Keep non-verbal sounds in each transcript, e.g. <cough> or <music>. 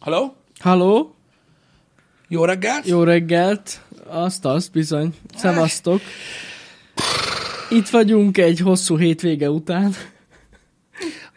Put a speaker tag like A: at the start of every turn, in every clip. A: Halló?
B: Halló,
A: Jó reggelt?
B: jó reggelt, azt, azt bizony, szevasztok. Itt vagyunk egy hosszú hétvége után.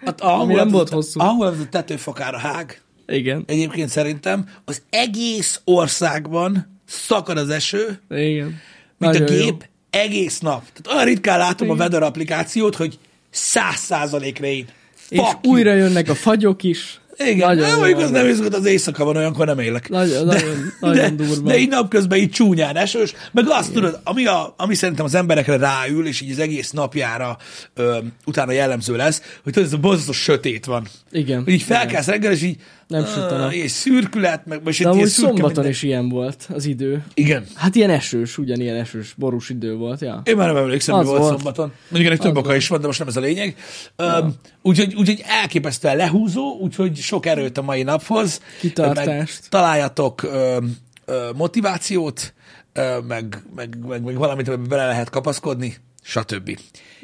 A: Hát a hangulat,
B: nem
A: az
B: volt
A: a-
B: hosszú.
A: A hangulat az a tetőfokára hág.
B: Igen,
A: Egyébként szerintem az egész országban szakad az eső, mint
B: igen.
A: a
B: Nagyon jó.
A: gép egész nap. Tehát olyan ritkán látom a
B: Igen.
A: weather applikációt, hogy száz százalék rain.
B: És
A: Fuck you.
B: újra jönnek a fagyok is.
A: Igen,
B: nagyon
A: nem,
B: jó
A: mondjuk az
B: van.
A: nem izgat az éjszaka van, olyankor nem élek.
B: Nagyon- nagyon- nagyon
A: de,
B: durva.
A: de így napközben így csúnyán esős, meg azt Igen. tudod, ami, a, ami szerintem az emberekre ráül, és így az egész napjára ö, utána jellemző lesz, hogy tudod, ez a borzasztó sötét van.
B: Igen.
A: Hogy így felkelsz reggel, és így
B: Nem
A: ah,
B: süt a nap.
A: És szürkület, meg most
B: De
A: itt ilyen
B: amúgy
A: szürke
B: szombaton
A: minden.
B: is ilyen volt az idő.
A: Igen.
B: Hát ilyen esős, ugyanilyen esős, borús idő volt, ja.
A: Én már nem emlékszem, mi
B: Az
A: volt,
B: volt.
A: szombaton. Mondjuk ennek több oka is van, de most nem ez a lényeg. Öm, Úgyhogy úgyhogy elképesztően lehúzó, úgyhogy sok erőt a mai naphoz.
B: Kitartást.
A: Meg Találjatok öm, ö, motivációt, ö, meg, meg, meg, meg valamit, amiben bele lehet kapaszkodni, stb. Igen,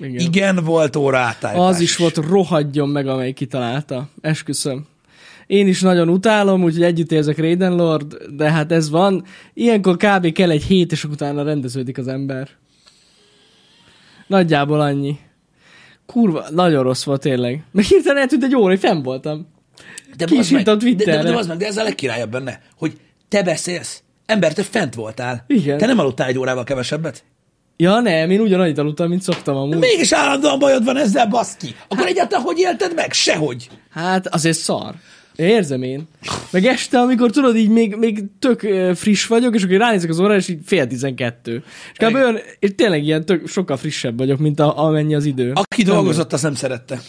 B: Igen.
A: Igen volt óraátállítás.
B: Az is volt, rohadjon meg, amely kitalálta. Esküszöm. Én is nagyon utálom, úgyhogy együtt érzek Raiden Lord, de hát ez van. Ilyenkor kb. kell egy hét, és utána rendeződik az ember. Nagyjából annyi. Kurva, nagyon rossz volt tényleg. Meg hirtelen eltűnt egy óra, hogy fenn voltam.
A: De
B: Ki is
A: bazd meg,
B: írta a
A: de, de,
B: Twitterre.
A: de, bazd meg, de ez a legkirályabb benne, hogy te beszélsz. Ember, te fent voltál.
B: Igen.
A: Te nem aludtál egy órával kevesebbet?
B: Ja nem, én ugyanannyit aludtam, mint szoktam amúgy.
A: Mégis állandóan bajod van ezzel, baszki. Akkor egyáltalán hogy élted meg? Sehogy.
B: Hát azért szar. Érzem én. Meg este, amikor tudod, így még, még tök ö, friss vagyok, és akkor ránézek az órára, és így fél tizenkettő. És kb.
A: Igen.
B: olyan, és tényleg ilyen tök, sokkal frissebb vagyok, mint a, amennyi az idő.
A: Aki dolgozott, azt nem szerette.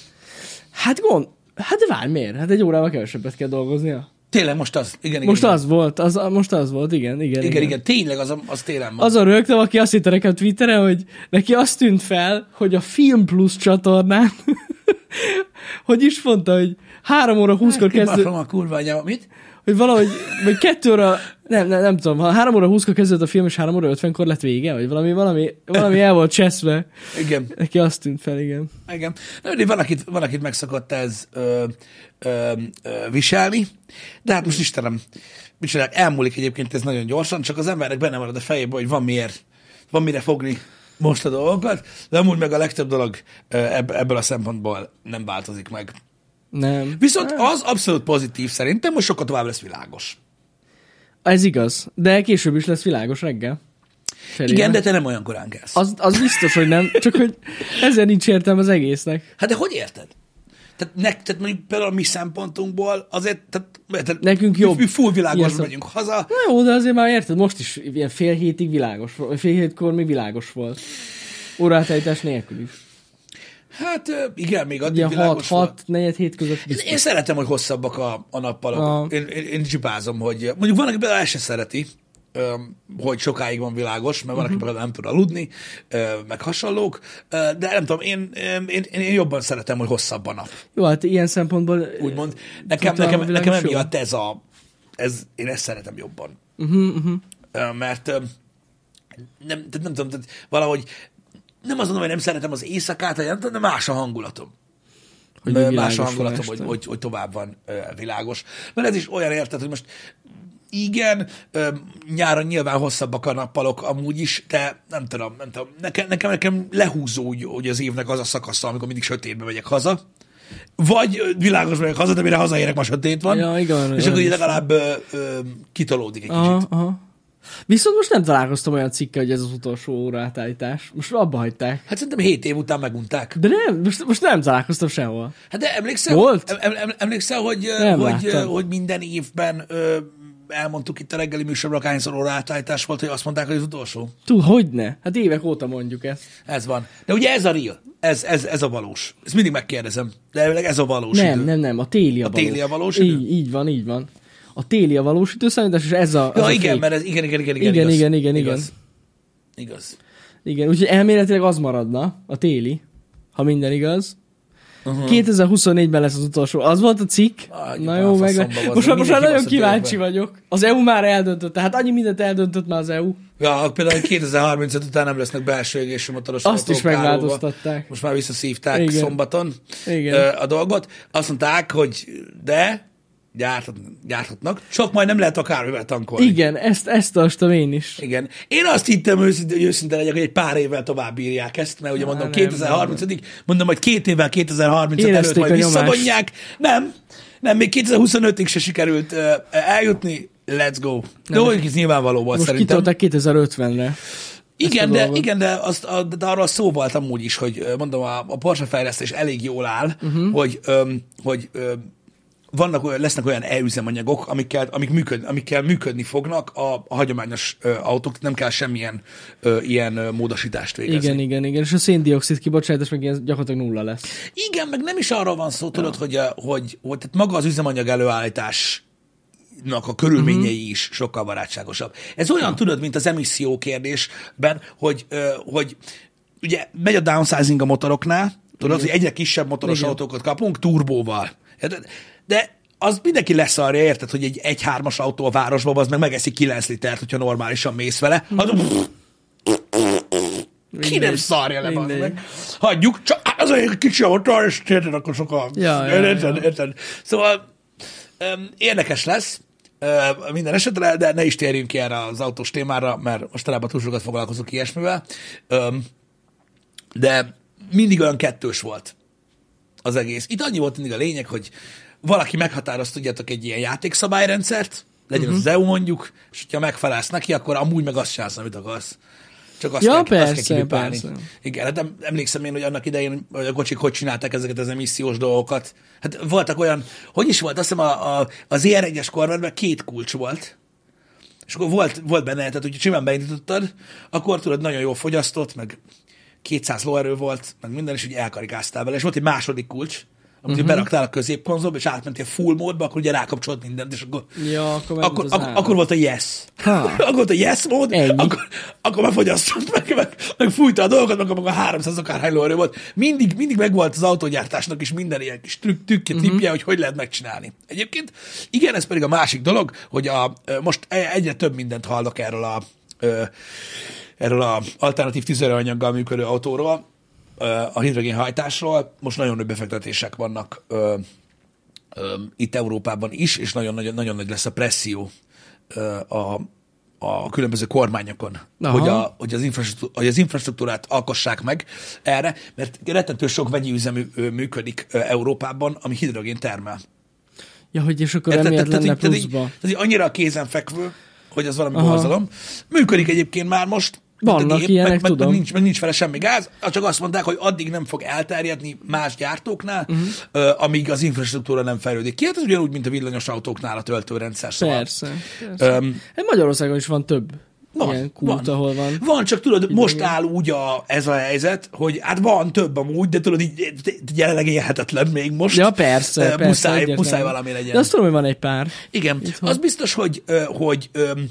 B: Hát gond, hát de várj, miért? Hát egy órával kevesebbet kell dolgoznia.
A: Tényleg most az. Igen, igen.
B: Most
A: igen.
B: az volt, az, a- most az volt, igen, igen.
A: Igen, igen. Tényleg az, a- az télen van. Az...
B: Azon rögtem, aki azt írta nekem Twitteren, hogy neki azt tűnt fel, hogy a Film Plus csatornán, <laughs> hogy is mondta, hogy 3 óra 20-kor kezdő,
A: a kurva anyám. Mit?
B: hogy valahogy, vagy kettő óra, nem, nem, nem tudom, ha három óra 20-kor kezdődött a film, és három óra 50-kor lett vége, vagy valami, valami, valami el volt cseszve.
A: Igen.
B: Neki azt tűnt fel, igen.
A: Igen. Na, de van, akit, van, akit megszokott ez ö, ö, ö, viselni, de hát most Istenem, mit csinálják? Elmúlik egyébként ez nagyon gyorsan, csak az embernek benne marad a fejében, hogy van miért, van mire fogni most a dolgokat, de amúgy meg a legtöbb dolog ö, ebb- ebből a szempontból nem változik meg.
B: Nem.
A: Viszont az abszolút pozitív szerintem, most sokkal tovább lesz világos.
B: Ez igaz, de később is lesz világos reggel. Cserébe.
A: Igen, de te nem olyan korán kelsz.
B: Az, az biztos, hogy nem, csak hogy ezért nincs értelme az egésznek.
A: Hát de hogy érted? Tehát, ne, tehát mondjuk például a mi szempontunkból azért, tehát, tehát
B: Nekünk
A: mi,
B: jobb.
A: mi full
B: Ilyen
A: világos
B: szem-
A: megyünk haza,
B: Na jó, de azért már érted, most is ilyen fél hétig világos volt, vagy fél hétkor még világos volt. Órátájítás nélkül is.
A: hát ö, igen, még addig
B: Ilyen
A: világos
B: 6-6,
A: volt.
B: negyed hét között
A: Én, én szeretem, hogy hosszabbak a, a nappalok.
B: A-
A: Én, én, én csipázom, hogy mondjuk van, aki például ezt se szereti, ö, hogy sokáig van világos, mert van,
B: Mhm.
A: aki például nem tud aludni, ö, meg hasonlók, ö, de nem tudom, én, én, én, én jobban szeretem, hogy hosszabb a nap.
B: Jó, hát ilyen szempontból... eh,
A: úgymond. Nekem,
B: Tudtam,
A: nekem,
B: a világ
A: nekem
B: is jó.
A: emiatt ez a... Ez, én ezt szeretem jobban. Uh-huh, uh-huh. Mert ö, nem, tehát nem tudom, tehát valahogy nem azt mondom, hogy nem szeretem az éjszakát, vagy nem tudom, de más a hangulatom.
B: Hogy
A: Hogy
B: mi
A: más
B: világos
A: a
B: van
A: hangulatom,
B: este.
A: hogy, hogy, hogy tovább van ö, világos. Mert ez is olyan érted, hogy most igen, ö, nyáron nyilván hosszabbak a nappalok amúgy is, de nem tudom, nem tudom. Nekem, nekem, nekem lehúzó úgy, hogy az évnek az a szakasza, amikor mindig sötétbe megyek haza. Vagy ö, világos megyek haza, de mire hazaérek, ma sötét van.
B: Ja, igen,
A: és
B: olyan
A: akkor így
B: is.
A: legalább ö, ö, kitolódik egy
B: Aha,
A: kicsit.
B: aha. Viszont most nem találkoztam olyan cikkel, hogy ez az utolsó órátállítás. Most abba hagyták.
A: Hát szerintem 7 év után megunták.
B: De nem, most, most nem találkoztam sehol.
A: Hát de emlékszel,
B: Volt?
A: em- em- em- emlékszel hogy, ö,
B: Nem
A: hogy, ö,
B: láttam.
A: hogy minden évben ö, elmondtuk itt a reggeli műsorban, hányszor óra átállítás volt, hogy azt mondták, hogy az utolsó.
B: Tud, hogy ne? Hát évek óta mondjuk ezt.
A: Ez van. De ugye ez a real, ez, ez, ez a valós. Ezt mindig megkérdezem, de elvileg ez a valós
B: Nem,
A: idő.
B: nem, nem, a téli a,
A: A téli a valós idő?
B: Így, így van, így van. A téli a valós időszámítás, és ez a, ez
A: Ja,
B: a
A: igen,
B: fake.
A: mert ez, igen, igen, igen, igen,
B: Igen,
A: igaz.
B: igen, igen,
A: igaz. Igaz.
B: Igen, úgyhogy elméletileg az maradna, a téli, ha minden igaz.
A: Aha.
B: Uh-huh. 2024-ben lesz az utolsó. Az volt a cikk.
A: Ah,
B: Na
A: nyilván
B: jó,
A: faszomba
B: meg.
A: bazd meg.
B: Most, már- most
A: Mindenki
B: már nagyon
A: baszott
B: kíváncsi
A: évben.
B: vagyok. Az EU már eldöntött, tehát annyi mindent eldöntött már az E EU.
A: Ja, például 2035 után nem lesznek belső égésű motoros
B: Azt
A: autók
B: is megváltoztatták.
A: Károlba. Most már visszaszívták Igen.
B: Igen.
A: szombaton
B: Igen.
A: ö, a dolgot. Azt mondták, hogy de gyárthat, gyárthatnak, csak majd nem lehet akármivel tankolni.
B: Igen, ezt, ezt tartsam én is.
A: Igen. Én azt hittem őszinte, hogy őszinte legyek, hogy egy pár évvel tovább bírják ezt, mert ugye
B: Á,
A: mondom
B: nem,
A: 2030 ig mondom, hogy két évvel 2035 előtt
B: Érezték
A: majd
B: a nyomást.
A: visszavonják. Nem, nem, még 2025-ig se sikerült ö, eljutni, let's go. De
B: Nem,
A: hogy ez nyilvánvaló volt
B: Most
A: szerintem.
B: kitolták 2050-re.
A: Igen,
B: a
A: de,
B: dolgot.
A: igen, de, azt, a, de arról szó volt amúgy is, hogy ö, mondom, a, a Porsche fejlesztés elég jól áll, uh-huh. hogy, öm, hogy öm, vannak olyan, lesznek olyan e-üzemanyagok, amikkel, amik működ, amikkel működni fognak a, a hagyományos ö, autók, nem kell semmilyen ö, ilyen ö, módosítást végezni.
B: Igen, igen, igen. És a széndiokszid kibocsátás meg ilyen gyakorlatilag nulla lesz.
A: Igen, meg nem is arról van szó, tudod, hogy, a- hogy, hogy tehát maga az üzemanyag előállítás a körülményei
B: Mhm.
A: uh-huh. is sokkal barátságosabb. Ez olyan, tudod, mint az emisszió kérdésben, hogy, ö, hogy ugye megy a downsizing a motoroknál, tudod, hogy egyre kisebb motoros
B: Igen.
A: autókat kapunk turbóval. Érted? De az mindenki lesz arra, érted, hogy egy 1-3-as autó a városban, az meg megeszi 9 litert, hogyha normálisan mész vele. Az, ki nem szarja le, bazd
B: Mhm. Mindegy.
A: meg. Hagyjuk, csak hát az egy kicsi a motor, és érted, akkor sokkal...
B: Ja, ja,
A: érted,
B: ja.
A: érted. Szóval um, érdekes lesz öm, minden esetre, de ne is térjünk ki erre az autós témára, mert mostanában túl sokat foglalkozunk ilyesmivel. Um, de mindig olyan kettős volt az egész. Itt annyi volt mindig a lényeg, hogy valaki meghatároz, tudjátok, egy ilyen játékszabályrendszert, legyen
B: Mhm.
A: uh-huh. az EU mondjuk, és ha megfelelsz neki, akkor amúgy meg azt csinálsz, amit akarsz. Csak azt
B: Ja,
A: kell, azt
B: persze,
A: kell kipipálni.
B: persze.
A: Igen, hát em- emlékszem én, hogy annak idején hogy a kocsik hogy csinálták ezeket az emissziós dolgokat. Hát voltak olyan, hogy is volt, azt hiszem a, a, az ilyen egyes kormányban két kulcs volt, és akkor volt, volt benne, tehát hogyha simán beindítottad, akkor tudod, nagyon jól fogyasztott, meg 200 lóerő volt, meg minden, és ugye elkarikáztál vele. És volt egy második kulcs, amit
B: Mhm.
A: uh-huh. beraktál a középkonzolba, és átmentél full módba, akkor ugye rákapcsolt mindent, és akkor,
B: Ja, akkor megvolt
A: akkor,
B: az
A: ak-
B: ára.
A: akkor volt a yes.
B: Ha.
A: akkor volt a yes mód,
B: Ennyi.
A: akkor, akkor már fogyasztott, meg, meg, meg, fújta a dolgokat, meg, meg a 300 akárhány lóerő volt. Mindig, mindig megvolt az autógyártásnak is minden ilyen kis trükk, trükkje, uh-huh. tippje, hogy hogy lehet megcsinálni. Egyébként, igen, ez pedig a másik dolog, hogy a, ö, most e- egyre több mindent hallok erről a ö, erről a alternatív tüzelőanyaggal működő autóról, ö, a hidrogénhajtásról. Most nagyon nagy befektetések vannak ö, ö, itt Európában is, és nagyon-nagyon nagyon nagy lesz a presszió ö, a, a különböző kormányokon,
B: Aha.
A: hogy, a, hogy, az infrastruktúr, hogy az infrastruktúrát alkossák meg erre, mert rettentő sok vegyi üzemű ö, működik ö, Európában, ami hidrogén termel.
B: Ja, hogy és akkor
A: Tehát-
B: emiatt
A: tehát-
B: lenne
A: tehát így-
B: pluszba.
A: Tehát így annyira a kézenfekvő, hogy az valami
B: Aha.
A: borzalom. Működik egyébként már most.
B: Vannak
A: Tehát így-
B: ilyenek,
A: meg, meg, meg,
B: tudom.
A: nincs, meg nincs vele semmi gáz, csak azt mondták, hogy addig nem fog elterjedni más gyártóknál,
B: Mhm.
A: uh-huh. amíg az infrastruktúra nem fejlődik ki. Hát ez ugyanúgy, mint a villanyos autóknál a töltőrendszer. Szóval.
B: Persze. persze.
A: Öm,
B: Hát Magyarországon is van több van, ilyen kult, van. ahol van.
A: Van, csak tudod, most áll úgy a, ez a helyzet, hogy hát van több amúgy, de tudod, így, így jelenleg élhetetlen még most.
B: Ja, persze,
A: Eh,
B: persze.
A: muszáj,
B: egyértelmű.
A: muszáj valami legyen.
B: De azt tudom, hogy van egy pár.
A: Igen,
B: Itthon.
A: az biztos, hogy, ö, hogy öm,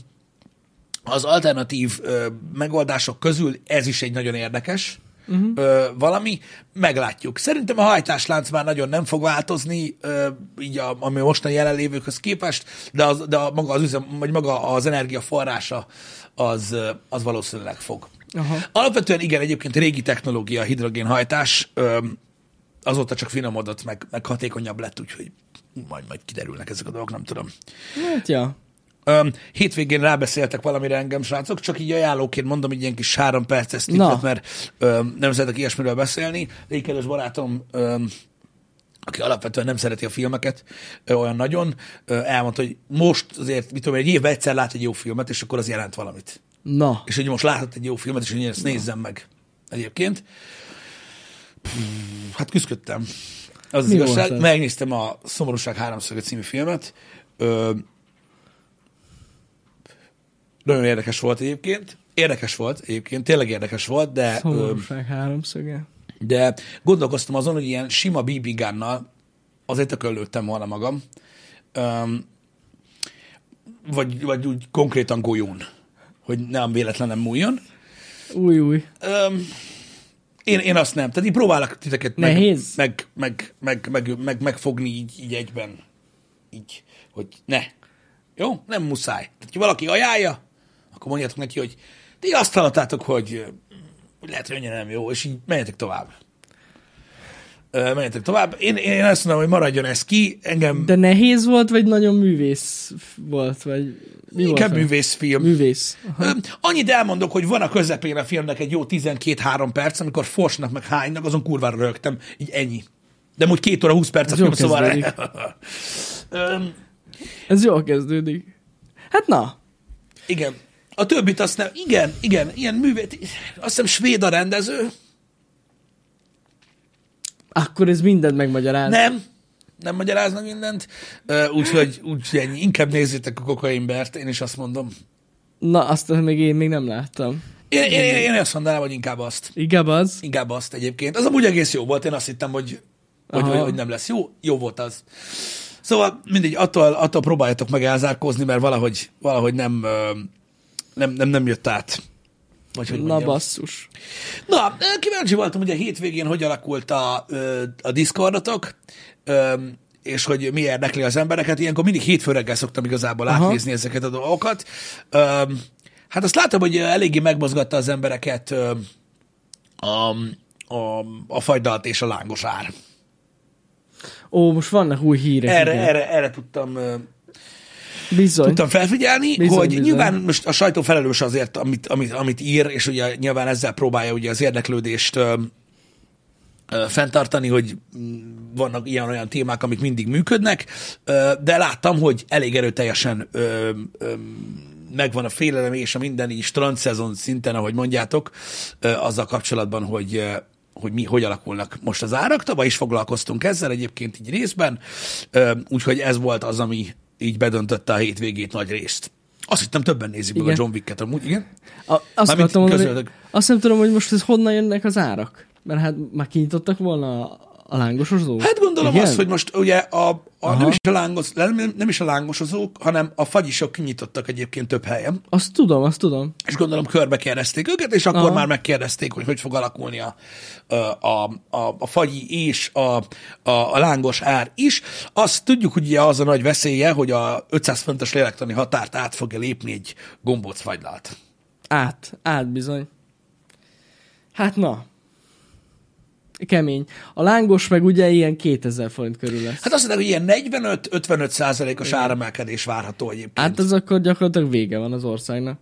A: az alternatív ö, megoldások közül ez is egy nagyon érdekes uh-huh. valami. Meglátjuk. Szerintem a hajtáslánc már nagyon nem fog változni, ö, így a, ami a mostani jelenlévőkhöz képest, de, az, de a, maga az üzem, vagy maga az energia forrása az, ö, az valószínűleg fog.
B: Aha.
A: Alapvetően igen, egyébként régi technológia a hidrogénhajtás, öm, azóta csak finomodott, meg, meg hatékonyabb lett, úgyhogy majd, majd kiderülnek ezek a dolgok, nem tudom.
B: Hát, ja.
A: Öm, hétvégén rábeszéltek valamire engem, srácok, csak így ajánlóként mondom, így ilyen kis három perces
B: Na.
A: tippet, mert öm, nem szeretek ilyesmiről beszélni. Egy kedves barátom, öm, aki alapvetően nem szereti a filmeket ö, olyan nagyon, ö, elmondta, hogy most azért, mit tudom, én, egy évben egyszer lát egy jó filmet, és akkor az jelent valamit.
B: Na.
A: És hogy most látott egy jó filmet, és hogy én ezt nézzem meg egyébként. Pff, Hát küzdködtem. Az, az
B: Mi
A: igazság.
B: volt ez?
A: Megnéztem a Szomorúság háromszöge című filmet. Ö, nagyon érdekes volt egyébként. Érdekes volt egyébként, tényleg érdekes volt, de, ö,
B: Szomorúság háromszöge.
A: de gondolkoztam azon, hogy ilyen sima BB gunnal azért tökölődtem volna magam. Öm, vagy, vagy úgy konkrétan golyón, hogy nem véletlenem múljon.
B: Új, új.
A: Öm, én, én azt nem. Tehát így próbálok titeket
B: Nehéz?
A: Meg, meg, meg, meg, meg, meg, megfogni így, így egyben. Így, hogy ne. Jó? Nem muszáj. Tehát, ha valaki ajánlja, akkor mondjátok neki, hogy ti azt hallottátok, hogy ö, lehet, hogy annyira nem jó, és így menjetek tovább. Ö, Menjetek tovább. Én, én azt mondom, hogy maradjon ez ki. Engem
B: De nehéz volt, vagy nagyon művész volt, vagy mi
A: inkább
B: volt? vele?
A: művészfilm.
B: Művész.
A: Ö, Annyit elmondok, hogy van a közepén a filmnek egy jó 12-3 perc, amikor forsnak meg hánynak, azon kurvára rögtem. Így ennyi. De úgy két óra 20 perc a
B: Ez jól
A: film, szóval... <laughs> Öm,
B: Ez jól kezdődik. Hát na,
A: igen. A többit azt nem... Igen, igen, ilyen művét... Azt hiszem svéd a rendező.
B: akkor ez mindent megmagyaráz.
A: Nem, nem magyaráznak mindent. Ö, Úgyhogy úgy, ennyi. Inkább nézzétek a kokainbert, én is azt mondom.
B: Na, azt még én még nem láttam.
A: Én, én, én, én azt mondanám, hogy inkább azt.
B: Inkább az.
A: Inkább azt egyébként. Az amúgy egész jó volt, én azt hittem, hogy, hogy,
B: Aha.
A: hogy, hogy nem lesz jó. Jó volt az. Szóval mindegy, attól, attól próbáljatok meg elzárkózni, mert valahogy, valahogy nem, ö, nem, nem, nem jött át. Vagy hogy
B: Na
A: mondjam.
B: basszus.
A: Na, ö, kíváncsi voltam, hogy a hétvégén hogy alakult a, ö, a Discordotok, ö, és hogy mi érdekli az embereket. Ilyenkor mindig hétfő reggel szoktam igazából
B: Aha.
A: átnézni ezeket a dolgokat. Ö, Hát azt látom, hogy ö, eléggé megmozgatta az embereket ö, a, a, a fagydalt és a lángos ár.
B: Ó, most vannak új hírek.
A: Erre,
B: igen.
A: erre, erre tudtam ö,
B: Bizony.
A: tudtam felfigyelni,
B: Bizony,
A: bizony, hogy
B: bizony.
A: bizony. nyilván most a sajtó felelős azért, amit, amit, amit ír, és ugye nyilván ezzel próbálja ugye az érdeklődést ö, ö, fenntartani, hogy mm, vannak ilyen-olyan témák, amik mindig működnek, ö, de láttam, hogy elég erőteljesen ö, ö, megvan a félelem és a minden is transzezon szinten, ahogy mondjátok, ö, azzal kapcsolatban, hogy ö, hogy mi hogy alakulnak most az árak. Tavaly is foglalkoztunk ezzel egyébként így részben, ö, úgyhogy ez volt az, ami így bedöntötte a hétvégét nagy részt. Azt hittem többen nézik meg a
B: Igen.
A: John Wick-et amúgy, igen?
B: A, azt,
A: Mármint
B: akartam mondani,
A: közöldök.
B: azt nem tudom, hogy most ez honnan jönnek az árak. Mert hát már kinyitottak volna a, a lángosozót.
A: Hát gondolom
B: Igen?
A: azt, hogy most ugye a, a
B: Aha.
A: nem, is a lángos, nem, nem is a lángosozók, hanem a fagyisok kinyitottak egyébként több helyen,
B: Azt tudom, azt tudom.
A: és gondolom körbe kérdezték őket, és akkor
B: Aha.
A: Aha. már megkérdezték, hogy hogy fog alakulni a, a, a, a, a fagyi és a, a, a lángos ár is. Azt tudjuk, hogy ugye az a nagy veszélye, hogy a 500 fontos lélektani határt át fogja lépni egy gombóc fagylalt.
B: Át, át bizony. Hát na. Kemény. A lángos meg ugye ilyen 2000 forint körül lesz.
A: Hát azt mondják, hogy ilyen 45-55 százalékos áremelkedés várható egyébként.
B: Hát az akkor gyakorlatilag vége van az országnak.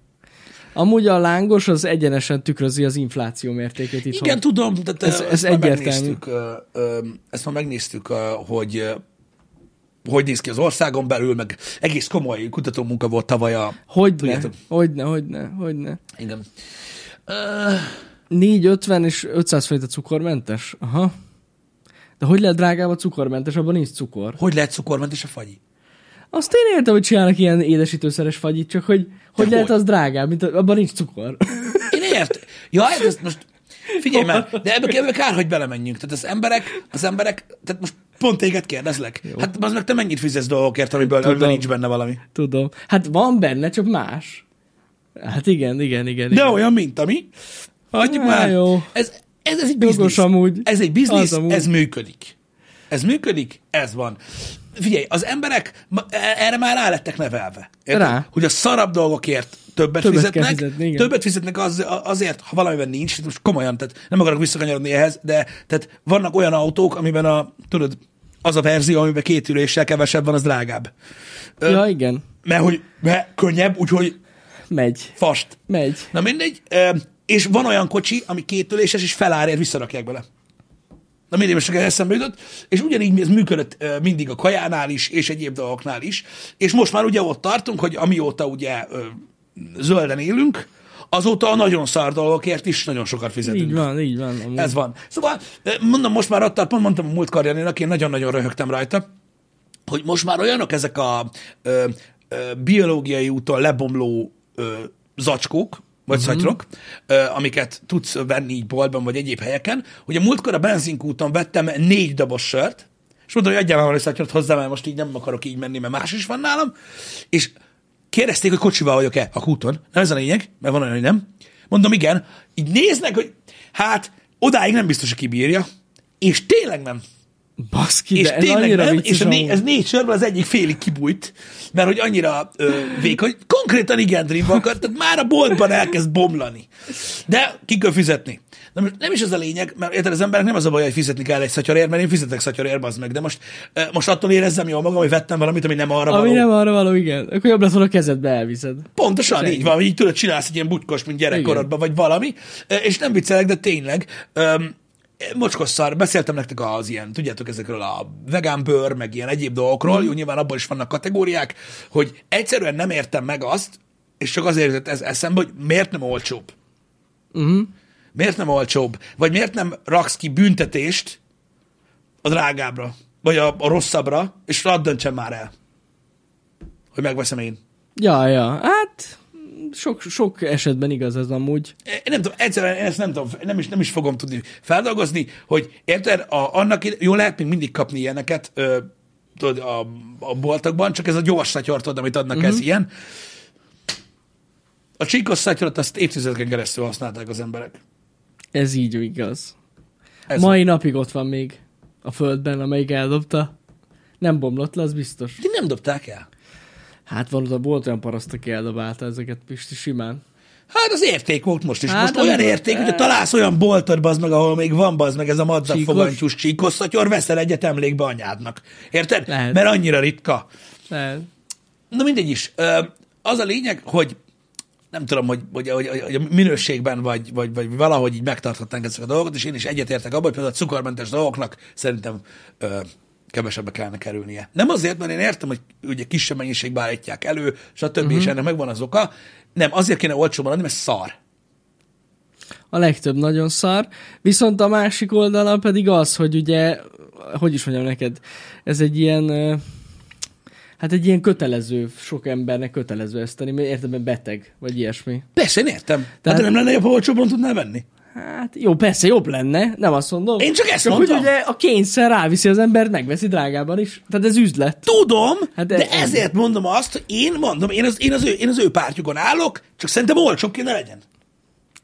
B: Amúgy a lángos az egyenesen tükrözi az infláció mértékét itt.
A: Igen, tudom, de
B: szóval Ez-
A: ez,
B: ez
A: ezt, már
B: egyértelmű.
A: megnéztük, ö, ö, ezt már megnéztük, ö, hogy ö, hogy néz ki az országon belül, meg egész komoly kutatómunka volt tavaly a...
B: Hogyne,
A: Tudjátok.
B: hogyne, hogyne, hogyne.
A: Igen. Ö,
B: 4,50 és 500 forint a cukormentes? Aha. De hogy lehet drágább a cukormentes, abban nincs cukor.
A: hogy lehet cukormentes a fagyi?
B: Azt én értem, hogy csinálnak ilyen édesítőszeres fagyit, csak hogy hogy
A: hogy?
B: lehet az drágább, mint a, abban nincs cukor. <laughs>
A: Én ért. Ja, hát ezt most... Figyelj már, de ebbe, ebbe kár, hogy belemenjünk. Tehát az emberek, az emberek, tehát most pont téged kérdezlek. Jó. Hát az meg te mennyit fizetsz dolgokért, amiből
B: Tudom.
A: amiben nincs benne valami.
B: Tudom. Hát van benne, csak más. Hát igen, igen, igen.
A: De
B: igen.
A: olyan, mint ami. Hagyjuk
B: Á,
A: már.
B: jó.
A: Ez, ez, ez egy
B: Jogos
A: biznisz.
B: amúgy.
A: Ez egy biznisz,
B: Az amúgy.
A: ez működik. Ez működik, ez van. Figyelj, az emberek ma- e- erre már rá lettek nevelve. Érted?
B: Rá.
A: Hogy a szarabb dolgokért többet,
B: Többet kell
A: fizetnek,
B: fizetni, igen.
A: többet fizetnek az, a- azért, ha valamiben nincs, tehát most komolyan, tehát nem akarok visszakanyarodni ehhez, de tehát vannak olyan autók, amiben a, tudod, az a verzió, amiben két üléssel kevesebb van, az drágább. Ö,
B: Ja, igen.
A: Mert hogy mert könnyebb, úgyhogy
B: Megy.
A: fast.
B: Megy.
A: Na mindegy, ö, és van olyan kocsi, ami kétüléses, és felárért visszarakják bele. Na mindegy, most csak ez eszembe jutott, és ugyanígy ez működött ö, mindig a kajánál is, és egyéb dolgoknál is, és most már ugye ott tartunk, hogy amióta ugye ö, zölden élünk, azóta a nagyon szar dolgokért is nagyon sokat
B: Így
A: fizetünk.
B: van, így van. Amúgy.
A: Ez van. Szóval ö, mondom, most már ott pont mondtam a múlt karjanénak, én nagyon-nagyon röhögtem rajta, hogy most már olyanok ezek a ö, ö, biológiai úton lebomló ö, zacskók, vagy uh-huh. szatyrok, ö, amiket tudsz venni így boltban, vagy egyéb helyeken, hogy a múltkor a benzinkúton vettem négy dobos sört, és mondtam, hogy adjál már valami szatyrot hozzá, mert most így nem akarok így menni, mert más is van nálam, és kérdezték, hogy kocsival vagyok-e a kúton. Nem ez a lényeg, mert van olyan, hogy nem. Mondom, igen. Így néznek, hogy hát odáig nem biztos, hogy kibírja. És tényleg nem
B: Baszki,
A: és
B: de ez
A: tényleg
B: annyira
A: nem,
B: vicces
A: és a né,
B: amúgy.
A: ez négy sörből az egyik félig kibújt, mert hogy annyira ö, vékony, konkrétan igen, Dream Walker, tehát már a boltban elkezd bomlani. De ki kell fizetni. Nem, nem is ez a lényeg, mert érted, az emberek nem az a baj, hogy fizetni kell egy szatyorért, mert én fizetek szatyorért, bazd meg, de most, eh, most attól érezzem jól magam, hogy vettem valamit, ami nem arra
B: Ami
A: való.
B: nem arra való, igen. Akkor jobb lesz, ha a kezedbe elviszed.
A: Pontosan így van, hogy így tudod, csinálsz egy ilyen butykos, mint gyerekkorodban, vagy valami, és nem viccelek, de tényleg, öm, mocskos szar, beszéltem nektek az ilyen, tudjátok ezekről a vegán bőr, meg ilyen egyéb dolgokról, jó, nyilván abban is vannak kategóriák, hogy egyszerűen nem értem meg azt, és csak azért jutott ez eszembe, hogy miért nem olcsóbb.
B: Uh-huh.
A: Miért nem olcsóbb? Vagy miért nem raksz ki büntetést a drágábbra, vagy a, a rosszabbra, és hadd döntsem már el, hogy megveszem én.
B: Ja, ja. Hát sok, sok esetben igaz ez amúgy.
A: Én nem tudom, egyszerűen én ezt nem tudom, nem is, nem is fogom tudni feldolgozni, hogy érted, a, annak ide- jó lehet még mindig kapni ilyeneket ö, tudod, a, a boltokban, csak ez a gyors szatyor, tudod, amit adnak,
B: Mhm.
A: uh-huh. ez ilyen. A csíkos szatyorot azt évtizedeken keresztül használták az emberek.
B: Ez így igaz.
A: Ez
B: Ez Mai napig ott van még a földben, amelyik eldobta. Nem bomlott le, az biztos.
A: De nem dobták el.
B: Hát valóban volt olyan paraszt, aki eldobálta ezeket, Pisti, simán.
A: Hát az érték volt most is.
B: Hát,
A: Hát, most olyan
B: amikor-
A: érték, hogy találsz olyan boltot, bazd meg, ahol még van, bazd meg ez a madzag
B: Csíkos?
A: fogantyús csíkos szatyor, veszel egyet emlékbe anyádnak. Érted?
B: Lehet.
A: Mert annyira ritka.
B: Lehet.
A: Na mindegy is. Ö, Az a lényeg, hogy nem tudom, hogy, hogy, hogy, hogy a minőségben vagy, vagy, vagy valahogy így megtarthatnánk ezeket a dolgokat, és én is egyetértek abban, hogy például a cukormentes dolgoknak szerintem ö, kevesebbe kellene kerülnie. Nem azért, mert én értem, hogy ugye kisebb mennyiségben állítják elő, stb., uh-huh. és ennek megvan az oka. Nem, azért kéne olcsóban adni, mert szar.
B: A legtöbb nagyon szar. Viszont a másik oldala pedig az, hogy ugye, hogy is mondjam neked, ez egy ilyen, ö, hát egy ilyen kötelező, sok embernek kötelező ezt tenni, mert értem, mert beteg, vagy ilyesmi.
A: Persze, én értem. Tehát...
B: Tehát-
A: Hát de nem lenne jobb, ha olcsóbban tudnál venni?
B: Hát jó, persze jobb lenne, nem azt mondom.
A: Én csak ezt
B: csak
A: mondtam.
B: Hogy ugye a kényszer ráviszi az embert, megveszi drágában is. Tehát ez üzlet.
A: Tudom, hát
B: Hát
A: de, de
B: ez-
A: ezért mondom azt, hogy én mondom, én az, én, az ő, én az ő pártjukon állok, csak szerintem olcsóbb kéne legyen.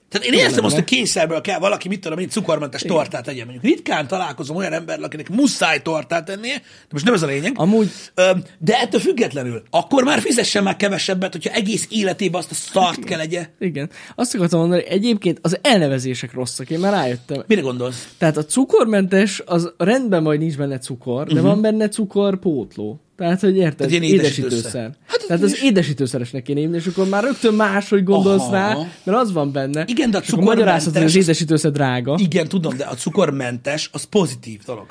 A: Tehát én érzem
B: lenne.
A: azt, hogy kényszerből kell valaki, mit tudom én, cukormentes tortát tegyen. Mondjuk ritkán találkozom olyan emberrel, akinek muszáj tortát tennie, de most nem ez a lényeg.
B: Amúgy-
A: Öm, De ettől függetlenül, akkor már fizessen már kevesebbet, hogyha egész életében azt a szart kell egye.
B: Igen. Azt akartam mondani, hogy egyébként az elnevezések rosszak, én már rájöttem.
A: Mire gondolsz?
B: Tehát a cukormentes, az rendben majd nincs benne cukor, de van benne cukorpótló. Tehát, hogy érted,
A: Egy Mhm. Hát ilyen édesítőszer.
B: édesítőszer.
A: Hát az
B: Tehát az
A: is.
B: édesítőszeresnek kéne hívni, és akkor már rögtön máshogy gondolsz
A: Aha.
B: rá, mert az van benne.
A: Igen, de a
B: És akkor
A: cukormentes
B: magyarázhatod, hogy az
A: az-
B: édesítőszer drága.
A: Igen, tudom, de a cukormentes az pozitív dolog.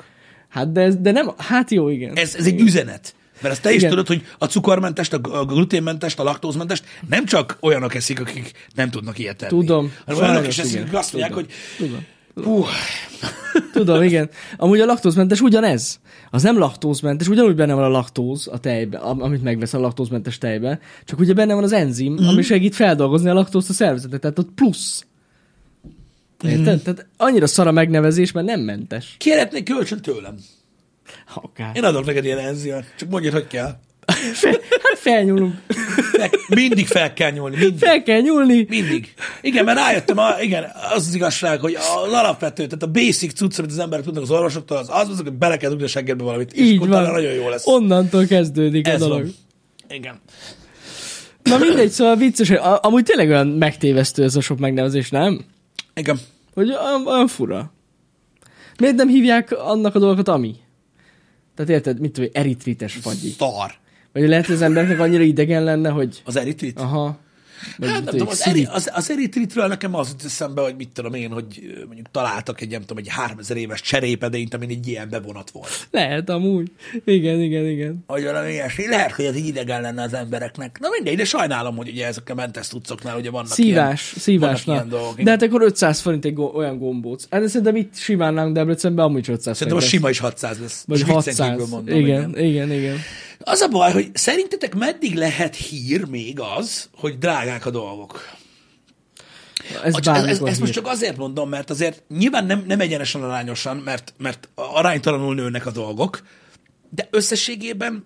B: Hát de, ez, de nem, hát jó, igen.
A: Ez, ez egy üzenet. Mert azt te is Igen.
B: Igen.
A: tudod, hogy a cukormentest, a g- a gluténmentest, a laktózmentest nem csak olyanok eszik, akik nem tudnak ilyet tenni.
B: Tudom.
A: Hanem olyanok is
B: Sajnos,
A: eszik,
B: igen.
A: akik azt mondják, hogy
B: Tudom.
A: hú,
B: Tudom, igen. Amúgy a laktózmentes ugyanez. Az nem laktózmentes, ugyanúgy benne van a laktóz a tejbe, am- amit megvesz a laktózmentes tejbe, csak ugye benne van az enzim, mm.
A: Mhm.
B: ami segít feldolgozni a laktózt a szervezetet, tehát ott plusz. Érted?
A: Mhm.
B: Tehát annyira szar a megnevezés, mert nem mentes.
A: kérhetnék kölcsön tőlem.
B: Ha Akár.
A: Én adok neked ilyen enzimet, csak mondjad, hogy kell.
B: Fel, hát felnyúlunk.
A: Fel, mindig fel kell nyúlni, mindig.
B: Fel kell nyúlni.
A: Mindig. Igen, mert rájöttem, a, igen, az az igazság, hogy az alapvető, tehát a basic cucc, amit az emberek tudnak az orvosoktól, az az, hogy bele kell dugni a seggedbe valamit, és
B: Így
A: akkor
B: van.
A: talán nagyon jó lesz.
B: Onnantól kezdődik a
A: Ez
B: dolog.
A: van. Igen.
B: Na mindegy, szóval vicces. hogy a- Amúgy tényleg olyan megtévesztő ez a sok megnevezés, nem?
A: Igen.
B: Hogy olyan, olyan fura. Miért nem hívják annak a dolgokat, ami? Tehát érted, mit tudom, én, eritrites fagyi.
A: Szar.
B: Vagy lehet, hogy az embernek annyira idegen lenne, hogy
A: Az eritrit?
B: aha. Vagy
A: Hát
B: mit
A: nem
B: tudom,
A: tudom, az,
B: sziri-
A: eri, az, az eritritről nekem az jut eszembe, hogy mit tudom én, hogy ö, mondjuk találtak egy, nem tudom, egy 3000 éves cserépedényt, amin egy ilyen bevonat volt.
B: Lehet amúgy. Igen, igen, igen.
A: Vagy valami ilyesmi. Lehet, hogy ez így idegen lenne az embereknek. Na mindegy, de sajnálom, hogy ugye ezek a mentes cuccoknál ugye vannak
B: Szívás,
A: ilyen,
B: szívás.
A: vannak
B: na.
A: ilyen dolgok.
B: De hát akkor 500 forint egy go- olyan gombóc. Hát de szerintem itt simán nálunk Debrecenben amúgy is 500
A: Szerintem a
B: forint.
A: sima is 600 lesz.
B: Vagy
A: Most viccen
B: 600.
A: kívül
B: Mondom, igen, igen, igen, igen.
A: Az a baj, hogy szerintetek meddig lehet hír még az, hogy drágák a dolgok?
B: Ez,
A: Ez, ez, ez,
B: bármikor
A: ezt most
B: hír.
A: csak azért mondom, mert azért nyilván nem, nem egyenesen arányosan, mert, mert aránytalanul nőnek a dolgok, de összességében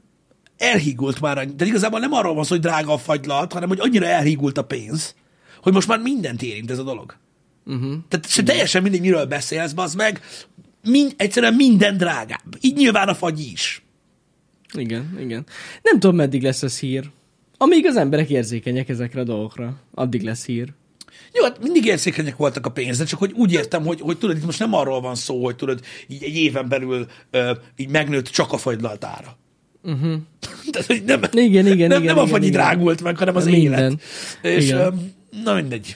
A: elhígult már, annyi- de igazából nem arról van szó, hogy drága a fagylalt, hanem hogy annyira elhígult a pénz, hogy most már mindent érint ez a dolog.
B: Mhm.
A: Uh-huh. Tehát se teljesen mindegy, miről beszélsz, az meg, mind, egyszerűen minden drágább. Így nyilván a fagy is.
B: Igen, igen. Nem tudom, meddig lesz ez hír. Amíg az emberek érzékenyek ezekre a dolgokra, addig lesz hír.
A: Jó, hát mindig érzékenyek voltak a pénzre, csak hogy úgy értem, hogy, hogy tudod, itt most nem arról van szó, hogy tudod, így egy éven belül ö, így megnőtt csak a fagylalt ára. Uh-huh. <laughs> Tehát, hogy nem,
B: Mhm. Igen, igen,
A: nem,
B: igen,
A: nem a
B: igen,
A: fagyi
B: igen.
A: drágult meg, hanem az
B: Minden.
A: élet. És
B: Igen.
A: ö, na mindegy.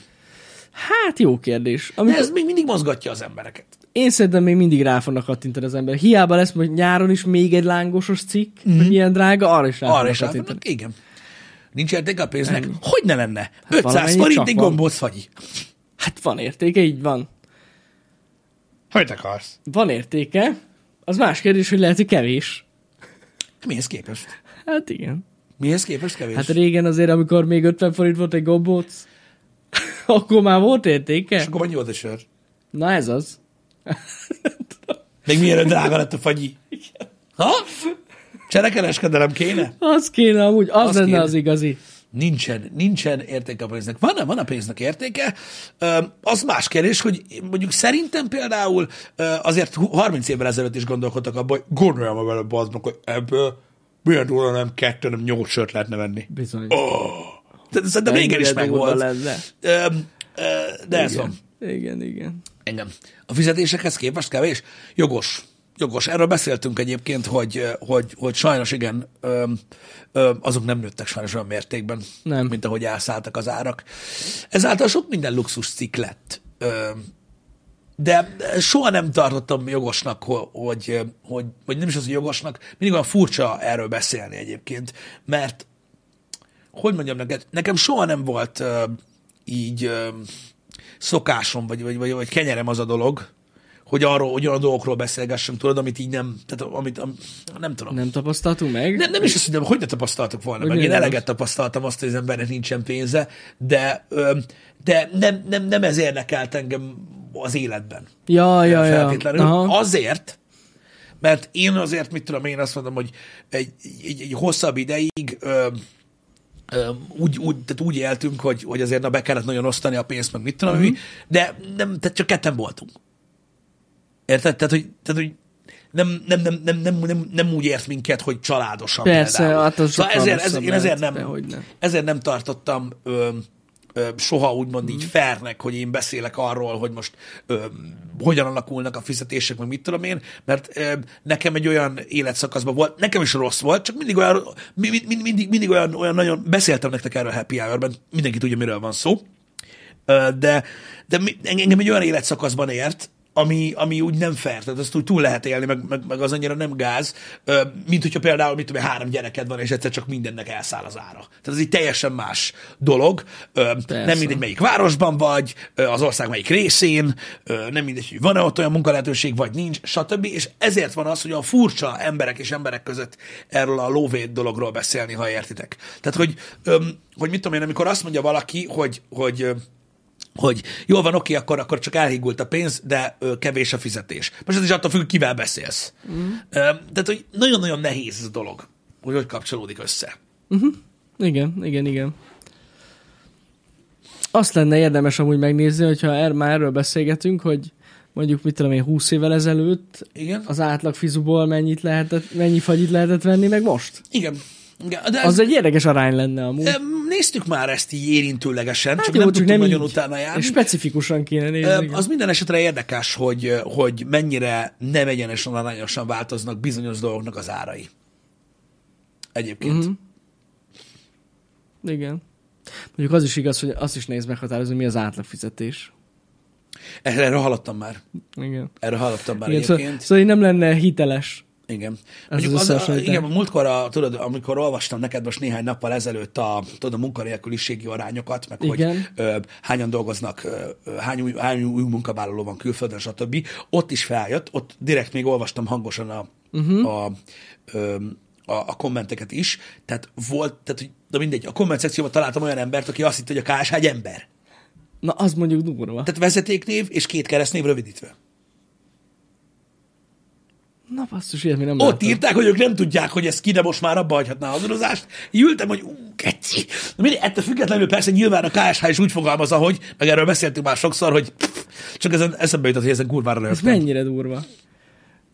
B: Hát jó kérdés.
A: De
B: Amikor,
A: ez még mindig mozgatja az embereket.
B: Én szerintem még mindig rá fognak kattintani az ember. Hiába lesz hogy nyáron is még egy lángosos cikk, mm-hmm. hogy ilyen drága, arra is rá
A: Mhm. Arra
B: fognak
A: is rá
B: kattintani.
A: vannak, igen. Nincs értéke a pénznek? Hogy ne lenne? 500
B: Hát valamennyi
A: forint
B: csak
A: egy
B: van.
A: gombóc fagyi.
B: Hát van értéke, így van.
A: Hogy akarsz?
B: Van értéke. Az más kérdés, hogy lehet, hogy kevés.
A: Mihez képest?
B: Hát igen.
A: Mihez képest kevés?
B: Hát régen azért, amikor még 50 forint volt egy gombóc, <laughs> akkor már volt
A: és
B: értéke?
A: akkor mennyi volt a sör?
B: Na ez az. <laughs>
A: Még mielőtt drága lett a fagyi. Ha? Cserekereskedelem kéne?
B: Az kéne amúgy, az,
A: Az
B: az lenne
A: kéne.
B: kéne. az igazi.
A: Nincsen, nincsen értéke a pénznek. Van, van a pénznek értéke. Ö, Az más kérdés, hogy mondjuk szerintem például ö, azért hú- 30 évvel ezelőtt is gondolkodtak abban, hogy gondoljam a vele baznak, hogy ebből milyen durva nem kettő, nem nyolc sört lehetne venni.
B: Bizony.
A: Tehát Szerintem régen is
B: Ennyire durva
A: megvolt.
B: lenne.
A: Ö, ö, De ez van.
B: Igen, igen.
A: Engem. A fizetésekhez képest kevés? Jogos. Jogos. Erről beszéltünk egyébként, hogy, hogy, hogy sajnos igen, öm, öm, azok nem nőttek sajnos olyan mértékben,
B: Nem.
A: mint ahogy elszálltak az árak. Ezáltal sok minden luxus cikk lett. Öm, De soha nem tartottam jogosnak, ho- hogy, hogy, hogy nem is az, hogy jogosnak, mindig olyan furcsa erről beszélni egyébként, mert hogy mondjam neked, nekem soha nem volt ö, így ö, szokásom, vagy, vagy, vagy, vagy kenyerem az a dolog, hogy arról, hogy olyan dolgokról beszélgessünk, tudod, amit így nem, tehát amit, am, nem tudom. Nem.
B: Nem tapasztaltunk meg?
A: Nem, nem is azt hiszem, hogy ne tapasztaltuk volna meg.
B: miért
A: Én
B: nem
A: eleget tapasztaltam azt, hogy az embernek nincsen pénze, de, ö, de nem, nem, nem ez érdekelt engem az életben
B: Ja, ja, ja.
A: feltétlenül.
B: Aha.
A: Azért, mert én azért, mit tudom, én azt mondom, hogy egy, egy, egy hosszabb ideig ö, ö, úgy, úgy, tehát úgy éltünk, hogy, hogy azért na, be kellett nagyon osztani a pénzt, meg mit tudom
B: Mhm.
A: mm-hmm. mi, de nem, tehát csak ketten voltunk. Érted? Tehát, hogy, tehát, hogy nem, nem, nem, nem, nem, nem, nem úgy ért minket, hogy családosan.
B: Persze,
A: például.
B: hát az
A: szóval
B: sokkal
A: ezért, ez,
B: rosszabb
A: én ezért
B: lehet,
A: nem,
B: dehogyne.
A: ezért nem tartottam ö, ö, soha úgymond
B: Mhm.
A: így fernek, hogy én beszélek arról, hogy most ö, hogyan alakulnak a fizetések, meg mit tudom én, mert ö, nekem egy olyan életszakaszban volt, nekem is rossz volt, csak mindig olyan, mi- mi- mi- mindig, mindig olyan, olyan nagyon, beszéltem nektek erről a happy hour-ben, mindenki tudja, miről van szó, Ö, de, de mi- engem egy olyan életszakaszban ért, ami, ami úgy nem fair, tehát azt úgy túl lehet élni, meg, meg, meg az annyira nem gáz, ö, mint hogyha például, mit tudom, én, három gyereked van, és egyszer csak mindennek elszáll az ára. Tehát ez egy teljesen más dolog. Ö, Nem mindegy, melyik városban vagy, ö, az ország melyik részén, ö, nem mindegy, hogy van-e ott olyan munkalehetőség, vagy nincs, stb. És ezért van az, hogy a furcsa emberek és emberek között erről a lóvét dologról beszélni, ha értitek. Tehát, hogy, öm, hogy mit tudom én, amikor azt mondja valaki, hogy, hogy ö, hogy jól van, oké, akkor, akkor csak elhígult a pénz, de ö, kevés a fizetés. Most ez is attól függ, kivel beszélsz. Mm. Ö, tehát, hogy nagyon-nagyon nehéz ez a dolog, hogy hogy kapcsolódik össze.
B: Igen, igen, igen. Azt lenne érdemes amúgy megnézni, hogyha er, már erről beszélgetünk, hogy mondjuk mit tudom én, 20 évvel ezelőtt
A: Igen?
B: az átlag fizuból mennyit lehetett, mennyi fagyit lehetett venni, meg most.
A: Igen. Igen. De ez,
B: Az egy érdekes arány lenne amúgy.
A: ö, néztük már ezt így érintőlegesen, hát csak
B: jó,
A: nem tudtunk nagyon
B: így.
A: utána járni.
B: És specifikusan kéne nézni.
A: Ö,
B: igen.
A: Az minden esetre érdekes, hogy, hogy mennyire nem egyenesen arányosan változnak bizonyos dolgoknak az árai. Egyébként. Mm-hmm.
B: Mhm. Igen. Mondjuk az is igaz, hogy azt is nehéz meghatározni, mi az átlagfizetés.
A: Erre hallottam már.
B: Igen.
A: Erre hallottam már
B: Igen, szóval,
A: egyébként.
B: szóval így nem lenne hiteles.
A: Igen.
B: Ez
A: Mondjuk
B: az
A: az, a,
B: összehasonlítás.
A: igen, a múltkor, a, tudod, amikor olvastam neked most néhány nappal ezelőtt a, tudod, a munkanélküliségi arányokat, meg hogy
B: Igen.
A: ö, hányan dolgoznak, ö, ö, hány, új, hány új munkavállaló van külföldön, stb. Ott is feljött, ott direkt még olvastam hangosan a,
B: Mhm.
A: uh-huh. a, ö, a, a kommenteket is. Tehát volt, tehát, hogy- na mindegy, a komment szekcióban találtam olyan embert, aki azt hitt, hogy a KSH egy ember.
B: Na, az mondjuk durva.
A: Tehát vezetéknév és két keresztnév rövidítve.
B: Na, basszus, ilyet mi nem
A: Ott
B: láttam.
A: írták, hogy ők nem tudják, hogy ez ki, de most már abba hagyhatná a hazadozást. Így Ültem, hogy ú, keci. Na mindegy, ettől függetlenül persze nyilván a KSH is úgy fogalmaz, ahogy, meg erről beszéltünk már sokszor, hogy pff, csak ezen eszembe jutott, hogy ezen kurvára
B: Ez
A: röhögtem.
B: mennyire durva.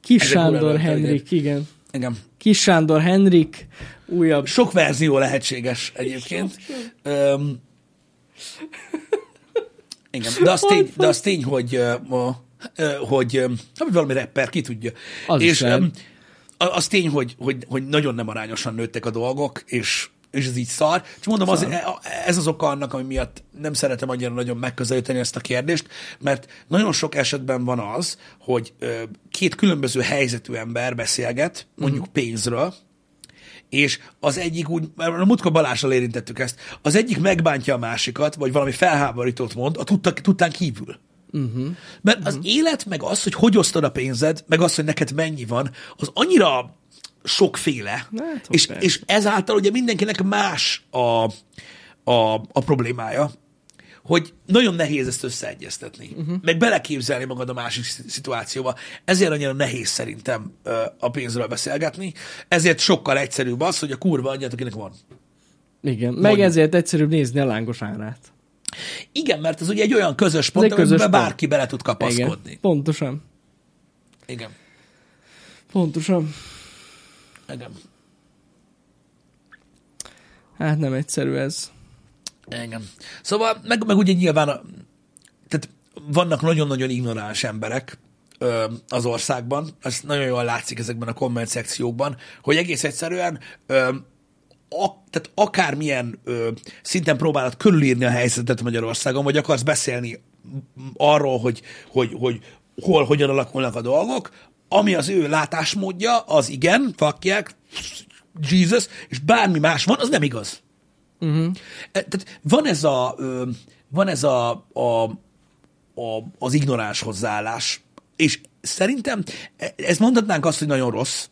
B: Kis
A: Ezek olyan
B: Sándor
A: lehet,
B: Henrik, igen.
A: Engem.
B: Kis Sándor Henrik, újabb.
A: Sok verzió lehetséges egyébként. Öm, Igen, de az tény, de az tény hogy, ö, ma, ö, hogy ö, hát valami rapper, ki tudja.
B: Az is
A: és
B: lehet.
A: ö, a- az tény, hogy, hogy, hogy nagyon nem arányosan nőttek a dolgok, és és ez így szar. Csak mondom, az, e, ez az oka annak, ami miatt nem szeretem annyira nagyon megközelíteni ezt a kérdést, mert nagyon sok esetben van az, hogy ö, két különböző helyzetű ember beszélget, mondjuk
B: Mhm.
A: pénzről, és az egyik úgy, mert a múltkor Balással érintettük ezt, az egyik megbántja a másikat, vagy valami felháborítót mond, a tudta, tudtán kívül. Uh-huh. Mert
B: Mm-hmm.
A: az uh-huh. élet, meg az, hogy hogy osztod a pénzed, meg az, hogy neked mennyi van, az annyira sokféle,
B: Hát, hogy
A: és,
B: persze.
A: és ezáltal ugye mindenkinek más a, a, a problémája, hogy nagyon nehéz ezt összeegyeztetni,
B: Mm-hmm.
A: uh-huh. meg beleképzelni magad a másik szi- szituációba. Ezért annyira nehéz szerintem ö, a pénzről beszélgetni, ezért sokkal egyszerűbb az, hogy a kurva anyját, akinek van.
B: Igen, meg
A: Mondjuk.
B: ezért egyszerűbb nézni a lángos árát.
A: Igen, mert ez ugye egy olyan közös pont,
B: egy közös
A: amiben
B: pont.
A: bárki bele tud kapaszkodni.
B: Igen,
A: Igen.
B: pontosan.
A: Igen.
B: Pontosan.
A: Igen.
B: Hát nem egyszerű
A: <laughs>
B: ez.
A: Igen. Szóval, meg, meg ugye nyilván, a, tehát vannak nagyon-nagyon ignoráns emberek ö, az országban, ez nagyon jól látszik ezekben a komment szekciókban, hogy egész egyszerűen ö, a, tehát akármilyen ö, szinten próbálod körülírni a helyzetet Magyarországon, vagy akarsz beszélni arról, hogy, hogy, hogy hol, hogyan alakulnak a dolgok, ami az ő látásmódja, az igen, fuck yeah, Jesus, és bármi más van, az nem igaz. E, Tehát van ez a, ö, van ez a, a, a az ignoráns hozzáállás, és szerintem e- ezt mondhatnánk azt, hogy nagyon rossz,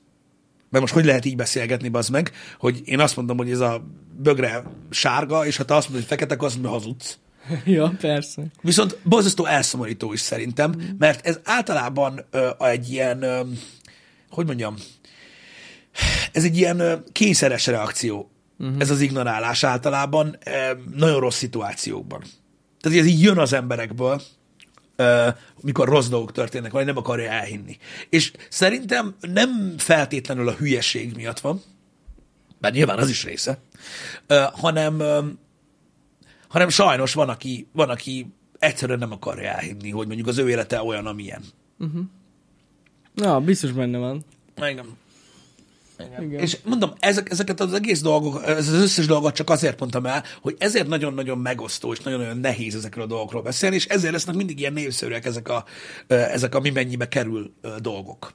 A: mert most hogy lehet így beszélgetni, bazd meg, hogy én azt mondom, hogy ez a bögre sárga, és ha te azt mondod, hogy fekete, akkor azt mondod, hogy hazudsz.
B: ja, persze.
A: Viszont borzasztó elszomorító is szerintem, mert ez általában ö, egy ilyen, ö, hogy mondjam, ez egy ilyen ö, kényszeres reakció, uh-huh. ez az ignorálás általában ö, nagyon rossz szituációkban. Tehát ez így jön az emberekből, ö, mikor rossz dolgok történnek, vagy nem akarja elhinni. És szerintem nem feltétlenül a hülyeség miatt van, mert nyilván az is része, ö, hanem ö, hanem sajnos van, aki, van, aki egyszerűen nem akarja elhinni, hogy mondjuk az ő élete olyan, amilyen.
B: Na, biztos benne van.
A: Igen. Igen.
B: Igen.
A: És mondom, ezek, ezeket az egész dolgok, ez az összes dolgot csak azért mondtam el, hogy ezért nagyon-nagyon megosztó, és nagyon-nagyon nehéz ezekről a dolgokról beszélni, és ezért lesznek mindig ilyen népszerűek ezek a, ezek a mi mennyibe kerül ö, dolgok.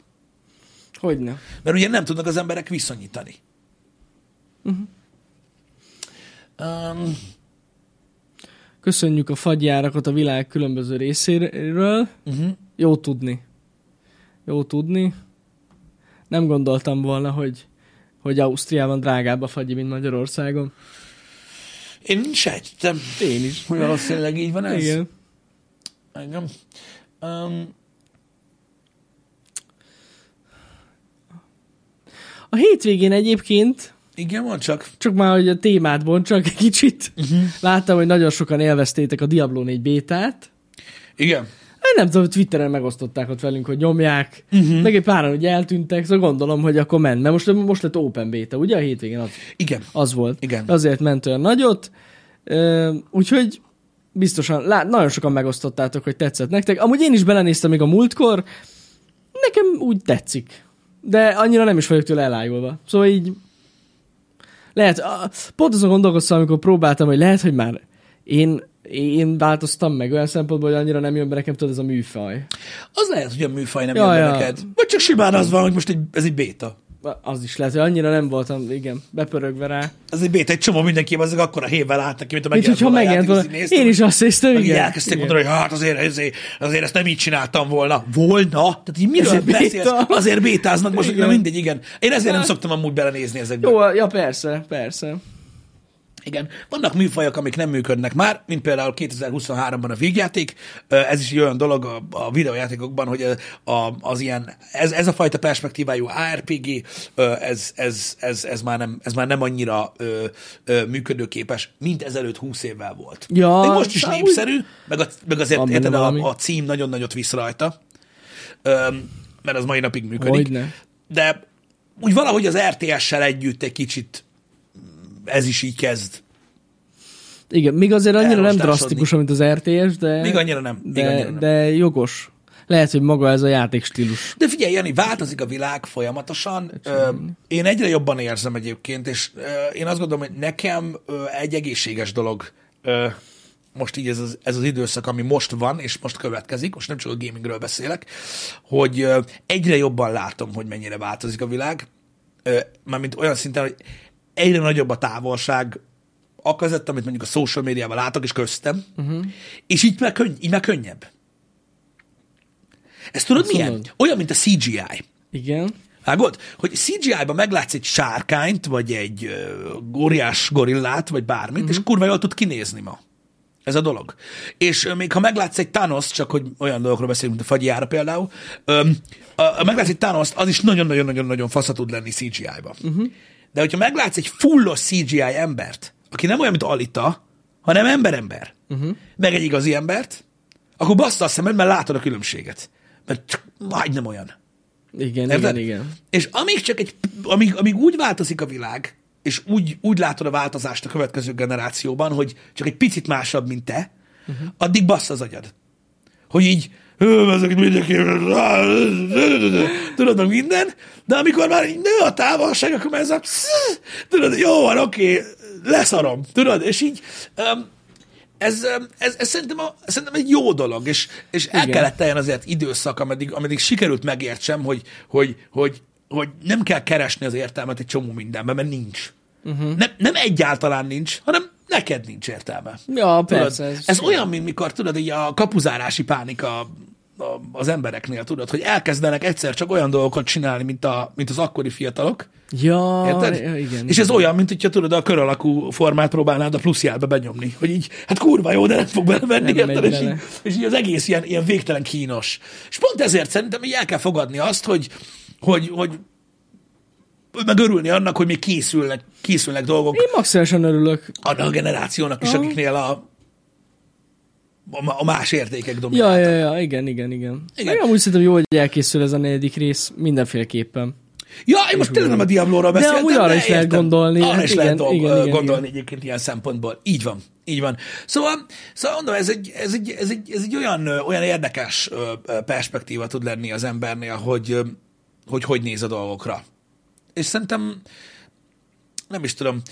B: Hogyne.
A: Mert ugye nem tudnak az emberek viszonyítani. Mhm. Uh-huh. Um,
B: Köszönjük a fagyjárakat a világ különböző részéről.
A: mhm.
B: Uh-huh. Jó tudni. Jó tudni. Nem gondoltam volna, hogy, hogy Ausztriában drágább a fagyi, mint Magyarországon.
A: én sejtettem,
B: Én is.
A: hogy valószínűleg így van ez.
B: Igen.
A: Engem. Um,
B: A hétvégén egyébként,
A: igen, van csak.
B: csak már hogy a témát bontsak egy kicsit, uh-huh. láttam, hogy nagyon sokan élveztétek a Diablo 4 bétát.
A: Igen.
B: Hát Nem tudom, Twitteren megosztották ott velünk, hogy nyomják, uh-huh. meg egy páran ugye eltűntek, szóval gondolom, hogy akkor ment, mert most, most lett open beta, ugye a hétvégén az,
A: Igen.
B: az volt.
A: Igen.
B: Azért ment olyan nagyot, Ö, úgyhogy biztosan, lá, nagyon sokan megosztottátok, hogy tetszett nektek. Amúgy én is belenéztem még a múltkor, nekem úgy tetszik, de annyira nem is vagyok tőle elájulva. Szóval így lehet, a, pont azon gondolkoztam, amikor próbáltam, hogy lehet, hogy már én, én változtam meg olyan szempontból, hogy annyira nem jön be nekem, tudod, ez a műfaj.
A: Az lehet, hogy a műfaj nem
B: Ja,
A: jön be
B: ja.
A: neked. Vagy csak simán az van, hogy most egy, ez egy béta.
B: Az is lehet, hogy annyira nem voltam, igen, bepörögve rá.
A: Ez egy béta, egy csomó mindenki, az akkor a hévvel állt neki, mint a
B: Mint
A: megjelent
B: hogyha
A: volna a
B: megjelent
A: játék,
B: volna.
A: azt így néztem,
B: Én is azt hiszem,
A: meg így
B: igen.
A: elkezdték
B: igen.
A: mondani, hogy hát azért, azért, azért ezt nem így csináltam volna. Volna? Tehát így miről
B: Ezért
A: beszélsz?
B: béta.
A: Azért bétáznak most,
B: Igen.
A: na mindegy, igen. Én ezért nem
B: Hát.
A: szoktam amúgy belenézni ezekbe.
B: Jó, ja persze, persze.
A: Igen. Vannak műfajok, amik nem működnek már, mint például 2023-ban a vígjáték. Ö, Ez is egy olyan dolog a, a videojátékokban, hogy a, a, az ilyen, ez, ez a fajta perspektívájú ARPG, ö, ez, ez, ez, ez, már, nem, ez már nem annyira ö, ö, működőképes, mint ezelőtt 20 évvel volt.
B: Ja,
A: Még most is
B: szóval úgy-
A: népszerű, meg, a, meg azért
B: Van benne
A: érted,
B: valami.
A: a, a cím nagyon nagyot visz rajta, Ö, mert az mai napig működik.
B: Hogyne.
A: De úgy valahogy az RTS-sel együtt egy kicsit mm, ez is így kezd
B: Igen, még azért annyira nem
A: Elrostásodni.
B: drasztikus, mint az RTS, de...
A: Még annyira nem. Még annyira
B: De,
A: nem.
B: de jogos. Lehet, hogy maga ez a játékstílus.
A: De figyelj, Jani, változik a világ folyamatosan. Ö, én egyre jobban érzem egyébként, és ö, én azt gondolom, hogy nekem ö, egy egészséges dolog ö, most így ez az, ez az időszak, ami most van, és most következik, most nem csak a gamingről beszélek, hogy ö, egyre jobban látom, hogy mennyire változik a világ, Ö, mármint olyan szinten, hogy egyre nagyobb a távolság a között, amit mondjuk a social médiában látok, és köztem, uh-huh. és így már, könny- így már könnyebb. Ez tudod
B: Azt
A: milyen?
B: mondod?
A: Olyan, mint a CGI.
B: Igen.
A: Vágod? Hogy CGI-ban meglátsz egy sárkányt, vagy egy uh, óriás gorillát, vagy bármit, mm-hmm. és kurva jól tud kinézni ma. Ez a dolog. És ö, még ha meglátsz egy Thanos, csak hogy olyan dolgokról beszélünk, mint a fagyjára például, öm, a, a meglátsz egy thanos az is nagyon-nagyon-nagyon-nagyon fasza tud lenni CGI-ba. Uh-huh. De hogyha meglátsz egy fullos CGI embert, aki nem olyan, mint Alita, hanem ember-ember, uh-huh. meg egy igazi embert, akkor bassza a szemed, mert látod a különbséget. Mert csak vagy nem olyan.
B: Igen,
A: Érted?
B: igen, igen.
A: És amíg csak egy, amíg, amíg úgy változik a világ, és úgy, úgy látod a változást a következő generációban, hogy csak egy picit másabb, mint te,
B: Mhm.
A: uh-huh. addig bassz az agyad. Hogy így, "Ö, ezek mindenki, tudod, meg minden, de amikor már így nő a távolság, akkor már ez a, tudod, jó van, oké, leszarom, tudod, és így, um, ez, öm, ez, ez szerintem, a, szerintem egy jó dolog, és, és el
B: Igen.
A: kellett teljen azért időszak, ameddig, ameddig sikerült megértsem, hogy, hogy, hogy, hogy nem kell keresni az értelmet egy csomó mindenben, mert nincs. Uh-huh. Nem, nem egyáltalán nincs, hanem neked nincs értelme.
B: Ja,
A: Tudod,
B: persze.
A: ez, ez olyan, mint mikor tudod, így a kapuzárási pánika a- az embereknél, tudod, hogy elkezdenek egyszer csak olyan dolgokat csinálni, mint, a, mint az akkori fiatalok,
B: Ja,
A: Érted?
B: Ah, ja, igen.
A: és ez olyan, mint hogyha tudod, a kör alakú formát próbálnád a plusz jelbe benyomni, hogy így, hát kurva jó, de nem fog belevenni,
B: Nem
A: érted?
B: megy
A: És így,
B: bele.
A: és így az egész ilyen, ilyen végtelen kínos. És pont ezért szerintem így el kell fogadni azt, hogy, hogy, hogy meg örülni annak, hogy még készülnek, készülnek dolgok
B: Én maximálisan örülök.
A: annak a generációnak is,
B: Aha.
A: akiknél a, a, a más értékek
B: Ja,
A: domináltak.
B: ja, ja, igen, igen, igen.
A: Igen.
B: igen. Meg amúgy szerintem jó, hogy elkészül ez a negyedik rész, mindenféleképpen.
A: Ja, én most tényleg nem a Diablo-ról beszéltem.
B: amúgy arra is lehet gondolni.
A: Arra
B: Hát
A: is
B: igen,
A: lehet dolg,
B: igen,
A: ö,
B: igen,
A: gondolni egyébként ilyen szempontból. Így van, így van. Szóval, szóval mondom, ez egy, ez egy, ez egy, ez egy olyan, ö, olyan érdekes ö, ö, perspektíva tud lenni az embernél, hogy ö, hogy, hogy néz a dolgokra. És szerintem, nem is tudom,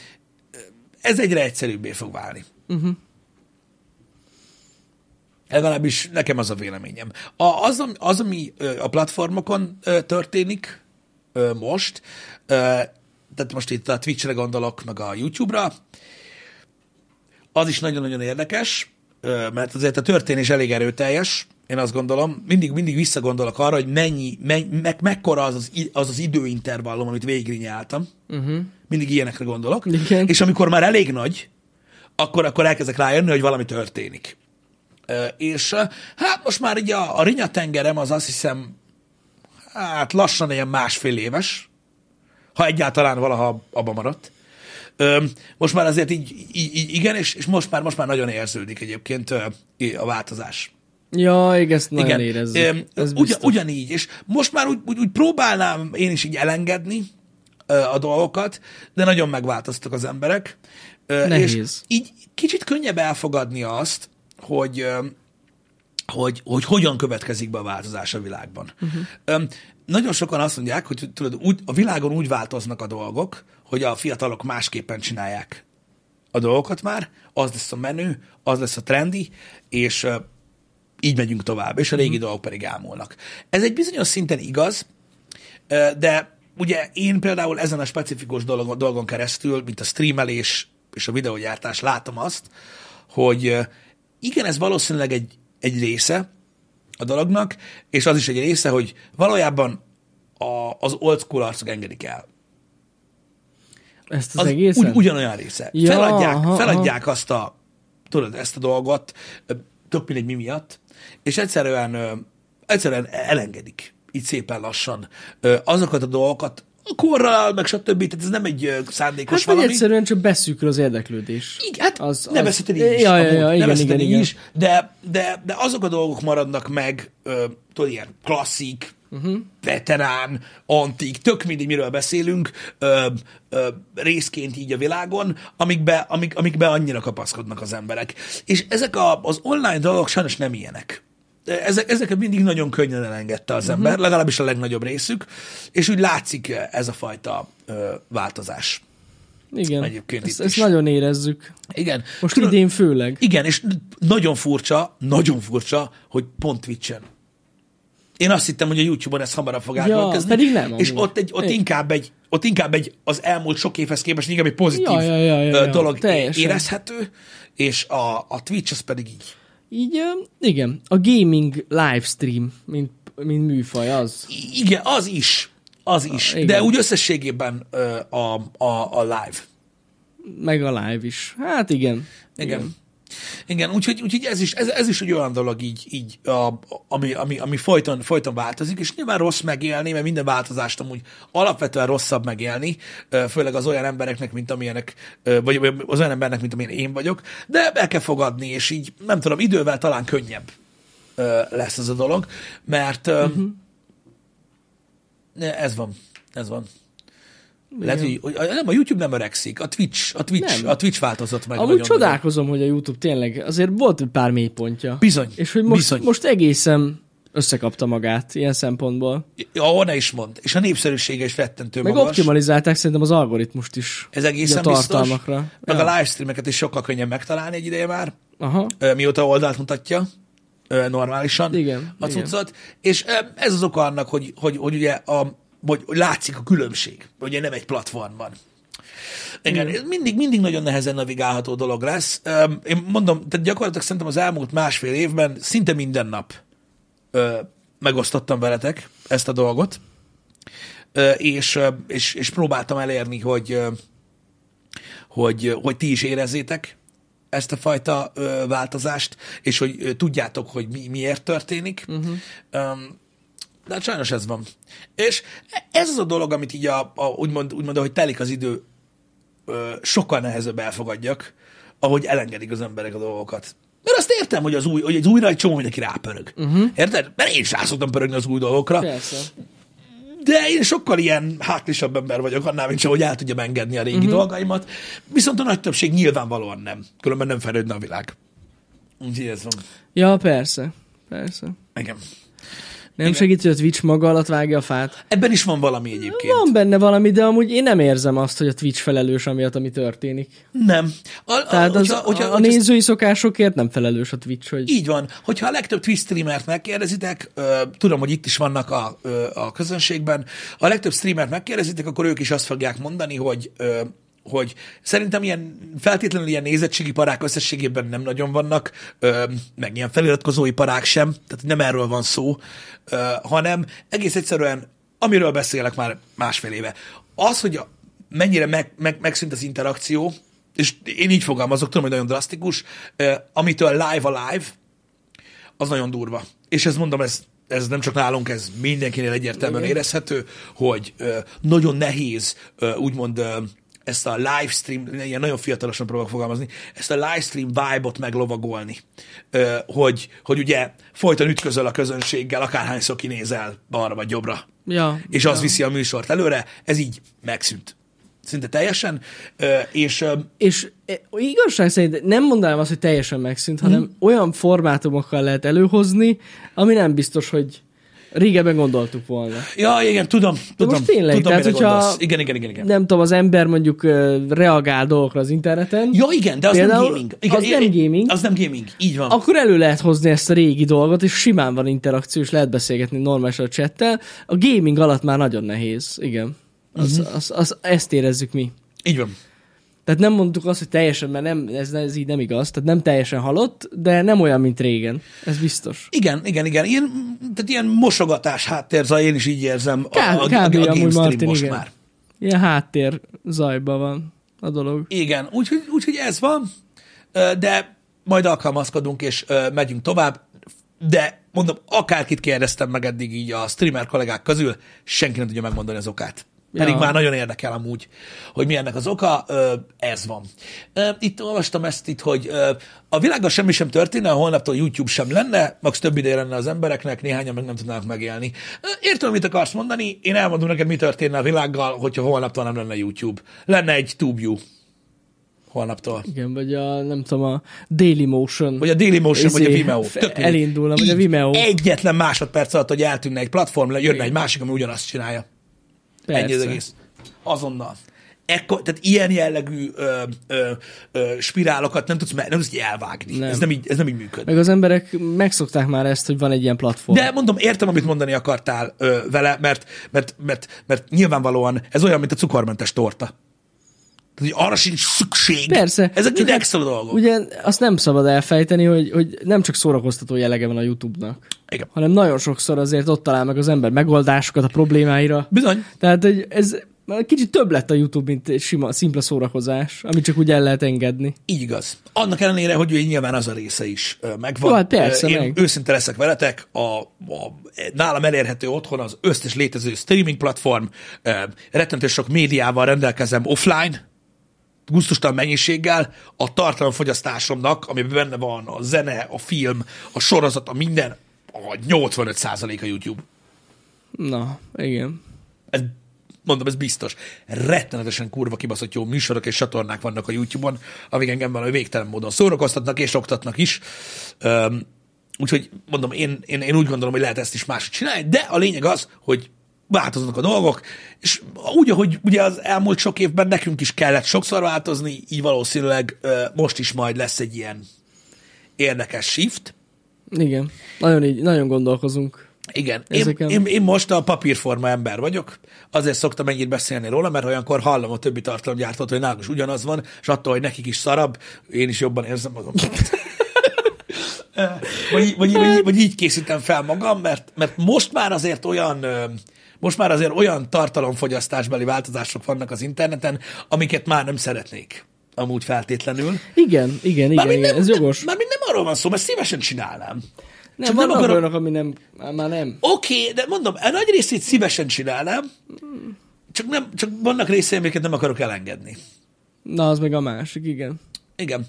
A: ö, ez egyre egyszerűbbé fog válni. Legalábbis nekem az a véleményem. A, az, ami- az, ami ö, a platformokon ö, történik ö, most, ö, tehát most itt a Twitch-re gondolok, meg a YouTube-ra, az is nagyon-nagyon érdekes, ö, mert azért a történés elég erőteljes, én azt gondolom, mindig, mindig visszagondolok arra, hogy mennyi, mennyi meg, mekkora az az, i- az az időintervallum, amit végigrinyáltam. Uh-huh. Mindig ilyenekre gondolok.
B: Igen.
A: És amikor már elég nagy, akkor, akkor elkezdek rájönni, hogy valami történik. Ö, És ö, hát most már így a, a Rinya tengerem az azt hiszem, hát lassan ilyen másfél éves, ha egyáltalán valaha abba maradt. Ö, Most már azért így, így, így igen, és, és most, már, most már nagyon érződik egyébként ö, a változás.
B: Ja, igen, ezt nagyon érezzük.
A: Öm,
B: Ez
A: ugyan,
B: biztos.
A: ugyanígy, és most már úgy, úgy, úgy próbálnám én is így elengedni ö, a dolgokat, de nagyon megváltoztak az emberek. Ö, És
B: Nehéz.
A: így kicsit könnyebb elfogadni azt, hogy ö, hogy, hogy hogyan következik be a változás a világban.
B: Mhm.
A: Uh-huh. Öm, nagyon sokan azt mondják, hogy tudod, úgy, a világon úgy változnak a dolgok, hogy a fiatalok másképpen csinálják a dolgokat már, az lesz a menő, az lesz a trendi, és ö, így megyünk tovább, és a régi dolgok pedig ámulnak. Ez egy bizonyos szinten igaz, ö, de ugye én például ezen a specifikus dolgon, dolgon keresztül, mint a streamelés és a videógyártás, látom azt, hogy ö, igen, ez valószínűleg egy, egy része a dolognak, és az is egy része, hogy valójában a, az old school arcok engedik el
B: Ezt az, az egészet?
A: Ugy, ugyanolyan része. Ja,
B: Ja,
A: feladják aha,
B: aha,
A: feladják aha. azt a, tudod, ezt a dolgot, ö, tök mindegy mi miatt, és egyszerűen, ö, egyszerűen elengedik, így szépen lassan, ö, azokat a dolgokat, a korral, meg stb. Tehát ez nem egy ö, szándékos
B: Hát vagy
A: valami.
B: egyszerűen csak beszűkül az érdeklődés.
A: Igen, hát az,
B: az,
A: nevezheted így is.
B: Ja, ja,
A: amúgy,
B: ja, igen,
A: nevezheted
B: igen,
A: így
B: igen.
A: is, de, de, de azok a dolgok maradnak meg, ö, tudod, ilyen klasszik,
B: Mhm.
A: uh-huh. veterán, antik, tök mindig miről beszélünk, ö, ö, részként így a világon, amikbe, amik, amikbe annyira kapaszkodnak az emberek. És ezek a, az online dolgok sajnos nem ilyenek. E, Ezek, ezeket mindig nagyon könnyen elengedte
B: Mhm.
A: az ember, uh-huh. legalábbis a legnagyobb részük, és úgy látszik ez a fajta ö, változás.
B: Igen.
A: Egyébként
B: ezt,
A: itt
B: ezt
A: is.
B: nagyon érezzük.
A: Igen.
B: Most idén főleg.
A: Igen, és nagyon furcsa, nagyon furcsa, hogy pont Twitch-en. Én azt hittem, hogy a YouTube-on ez hamarabb fog elkövetkezni.
B: pedig nem
A: És
B: amúgy.
A: ott, egy, ott,
B: Én-
A: inkább egy, ott inkább egy az elmúlt sok évhez képest inkább egy pozitív
B: Ja, ja, ja, ja,
A: ö,
B: ja.
A: dolog
B: Teljesen.
A: érezhető, és a, a Twitch az pedig így.
B: Így, ö, igen, a gaming livestream, mint, mint műfaj az.
A: I- Igen, az is. Az is.
B: Ah, igen.
A: De úgy összességében ö, a, a, a live.
B: Meg a live is. Hát igen.
A: Igen. Igen, úgyhogy, úgyhogy ez, is, ez, ez is egy olyan dolog így, így a, ami, ami, ami folyton, folyton változik, és nyilván rossz megélni, mert minden változást amúgy alapvetően rosszabb megélni, ö, főleg az olyan embereknek, mint amilyenek, ö, vagy vagy az olyan embernek, mint amilyen én vagyok, de el kell fogadni, és így nem tudom, idővel talán könnyebb ö, lesz ez a dolog, mert
B: Mhm.
A: uh-huh. ez van, ez van. Lehet, hogy, hogy- nem, a YouTube nem öregszik, a Twitch, a Twitch,
B: Nem.
A: a Twitch változott meg.
B: Amúgy
A: nagyon-nagyon.
B: csodálkozom, hogy a YouTube tényleg azért volt pár mélypontja.
A: Bizony,
B: És hogy most,
A: bizony.
B: most egészen összekapta magát ilyen szempontból.
A: Ja, ne is mond. És a népszerűsége is rettentő
B: Meg
A: magas.
B: optimalizálták szerintem az algoritmust is.
A: Ez
B: Így a
A: egészen biztos.
B: tartalmakra.
A: Meg
B: Ja.
A: a livestreameket is sokkal könnyen megtalálni egy ideje már,
B: Aha.
A: ö, mióta oldalt mutatja ö, normálisan
B: Igen,
A: a
B: igen.
A: cuccot. És ö, ez az oka annak, hogy, hogy, hogy ugye a, hogy hogy látszik a különbség, ugye nem egy platformban. Igen, ez mindig, mindig nagyon nehezen navigálható dolog lesz. Ö, Én mondom, tehát gyakorlatilag szerintem az elmúlt másfél évben szinte minden nap ö, megosztottam veletek ezt a dolgot, ö, és, ö, és, és próbáltam elérni, hogy, ö, hogy, hogy ti is érezzétek ezt a fajta ö, változást, és hogy ö, tudjátok, hogy mi, miért történik. Uh-huh. Um, de hát sajnos ez van. És ez az a dolog, amit így a, a, úgymond, úgymond, ahogy telik az idő, ö, sokkal nehezebb elfogadjak, ahogy elengedik az emberek a dolgokat. Mert azt értem, hogy az új, hogy az újra egy csomó mindenki rápörög. Uh-huh. Érted? Mert én is rá szoktam pörögni az új dolgokra.
B: Persze.
A: De én sokkal ilyen hátlisabb ember vagyok annál, mint sem, hogy el tudjam engedni a régi
B: Mhm.
A: uh-huh. dolgaimat. Viszont a nagy többség nyilvánvalóan nem. Különben nem fejlődne a világ. Úgyhogy ez van.
B: Ja, persze. Persze.
A: Igen.
B: Nem igen. segít, hogy a Twitch maga alatt vágja a fát.
A: Ebben is van valami egyébként.
B: Van benne valami, de amúgy én nem érzem azt, hogy a Twitch felelős amiatt, ami történik.
A: Nem. A, a,
B: Tehát az,
A: hogyha, hogyha,
B: a, a
A: hogyha
B: nézői szokásokért nem felelős a Twitch, hogy
A: Így van. Hogyha a legtöbb Twitch streamert megkérdezitek, ö, tudom, hogy itt is vannak a, ö, a közönségben, a legtöbb streamert megkérdezitek, akkor ők is azt fogják mondani, hogy ö, hogy szerintem ilyen feltétlenül ilyen nézettségi parák összességében nem nagyon vannak, ö, meg ilyen feliratkozói parák sem, tehát nem erről van szó, ö, hanem egész egyszerűen, amiről beszélek már másfél éve, az, hogy a, mennyire meg, meg, megszűnt az interakció, és én így fogalmazok, tudom, hogy nagyon drasztikus, ö, amitől live a live, az nagyon durva. És ezt mondom, ez, ez nem csak nálunk, ez mindenkinél egyértelműen Igen. érezhető, hogy ö, nagyon nehéz ö, úgymond ö, ezt a livestream, ilyen nagyon fiatalosan próbálok fogalmazni, ezt a livestream vibe-ot meglovagolni, ö, hogy, hogy ugye folyton ütközöl a közönséggel, akárhányszor kinézel balra vagy jobbra,
B: Ja,
A: és az viszi a műsort előre, ez így megszűnt. Szinte teljesen, ö, és ö,
B: És e, igazság szerint nem mondanám azt, hogy teljesen megszűnt, hanem
A: Mhm.
B: olyan formátumokkal lehet előhozni, ami nem biztos, hogy régebben gondoltuk volna.
A: ja, igen, tudom, tudom,
B: tényleg,
A: tudom,
B: tehát
A: mire
B: hogyha-
A: gondolsz. Igen, igen, igen, igen.
B: Nem tudom, az ember mondjuk ö, reagál dolgokra az interneten,
A: Ja, igen, de az
B: Például
A: nem gaming. Igen,
B: az nem gaming.
A: Az nem gaming, így van.
B: akkor elő lehet hozni ezt a régi dolgot, és simán van interakció, és lehet beszélgetni normálisan a csettel. A gaming alatt már nagyon nehéz, igen. Az,
A: Mhm.
B: az, az, ezt érezzük mi.
A: Így van.
B: Tehát nem mondtuk azt, hogy teljesen, mert nem, ez, ez így nem igaz, tehát nem teljesen halott, de nem olyan, mint régen. Ez biztos.
A: Igen, igen, igen. Ilyen, tehát ilyen mosogatás háttérzaj, én is így érzem a,
B: Ká-
A: a, a, a
B: kb. amúgy,
A: game stream
B: Martin,
A: most
B: igen.
A: már.
B: Ilyen háttér zajban van a dolog.
A: Igen, úgyhogy úgy, ez van, ö, de majd alkalmazkodunk, és ö, megyünk tovább. De mondom, akárkit kérdeztem meg eddig így a streamer kollégák közül, senki nem tudja megmondani az okát. Pedig
B: Ja.
A: már nagyon érdekel amúgy, hogy mi ennek az oka, ö, ez van. Ö, Itt olvastam ezt itt, hogy ö, a világban semmi sem történne, a holnaptól YouTube sem lenne, max több ideje lenne az embereknek, néhányan meg nem tudnának megélni. Ö, Értem, mit akarsz mondani, én elmondom neked, mi történne a világgal, hogyha holnaptól nem lenne YouTube. Lenne egy TubeU holnaptól.
B: Igen, vagy a, nem tudom, a Daily Motion.
A: Vagy a Dailymotion, vagy a
B: Izé,
A: Vimeo.
B: f-
A: Tök mindegy.
B: elindulna, vagy a
A: Így
B: Vimeo.
A: Egyetlen másodperc alatt, hogy eltűnne egy platform, jönne egy másik, ami ugyanazt csinálja.
B: Persze.
A: Ennyi az egész. Azonnal. Ekkor, tehát ilyen jellegű ö, ö, ö, spirálokat nem tudsz, me- nem tudsz így elvágni.
B: Nem.
A: Nem. Ez, nem így, ez nem így működik.
B: Meg az emberek megszokták már ezt, hogy van egy ilyen platform.
A: De mondom, értem, amit mondani akartál ö, vele, mert, mert, mert, mert nyilvánvalóan ez olyan, mint a cukormentes torta. Tehát, hogy arra sincs szükség.
B: Persze.
A: Ezek
B: Csak
A: mind
B: hát
A: extra dolgok.
B: Ugye azt nem szabad elfejteni, hogy, hogy nem csak szórakoztató jellege van a YouTube-nak,
A: Igen.
B: hanem nagyon sokszor azért ott talál meg az ember megoldásokat a problémáira.
A: Bizony.
B: Tehát hogy ez már kicsit több lett a YouTube, mint egy sima, szimpla szórakozás, amit csak úgy el lehet engedni.
A: Így igaz. Annak ellenére, hogy ugye nyilván az a része is ö, megvan.
B: Jó, hát persze,
A: Ö, Én
B: meg.
A: őszinte leszek veletek, a, a, nálam elérhető otthon az összes létező streaming platform, ö, rettentő sok médiával rendelkezem offline, gusztustalan mennyiséggel, a tartalomfogyasztásomnak, amiben benne van a zene, a film, a sorozat, a minden, a 85% a YouTube.
B: Na, igen.
A: Ez, mondom, ez biztos. Rettenetesen kurva kibaszott jó műsorok és csatornák vannak a YouTube-on, amik engem valami végtelen módon szórakoztatnak és oktatnak is. Üm, úgyhogy mondom, én, én, én úgy gondolom, hogy lehet ezt is máshogy csinálni, de a lényeg az, hogy változnak a dolgok, és úgy, ahogy ugye az elmúlt sok évben nekünk is kellett sokszor változni, így valószínűleg ö, most is majd lesz egy ilyen érdekes shift.
B: Igen. Nagyon így, nagyon gondolkozunk.
A: Igen, én,
B: Ezeken-
A: én, én most a papírforma ember vagyok, azért szoktam ennyit beszélni róla, mert olyankor hallom a többi tartalomgyártót, hogy nálunk is ugyanaz van, és attól, hogy nekik is szarabb, én is jobban érzem
B: <laughs>
A: magam. vagy, így- vagy, így- vagy, így- vagy így készítem fel magam, mert, mert most már azért olyan ö, most már azért olyan tartalomfogyasztásbeli változások vannak az interneten, amiket már nem szeretnék amúgy feltétlenül.
B: Igen, igen, igen,
A: Mármint
B: igen.
A: nem,
B: Ez jogos.
A: Nem, mármint nem arról van szó, mert szívesen csinálnám.
B: Nem,
A: Csak
B: vannak
A: akarom-
B: olyanok, ami nem, már már nem.
A: Oké, okay, de mondom, a nagy részét szívesen csinálnám, csak, nem, csak vannak részei, amiket nem akarok elengedni.
B: Na, az meg a másik, igen.
A: Igen.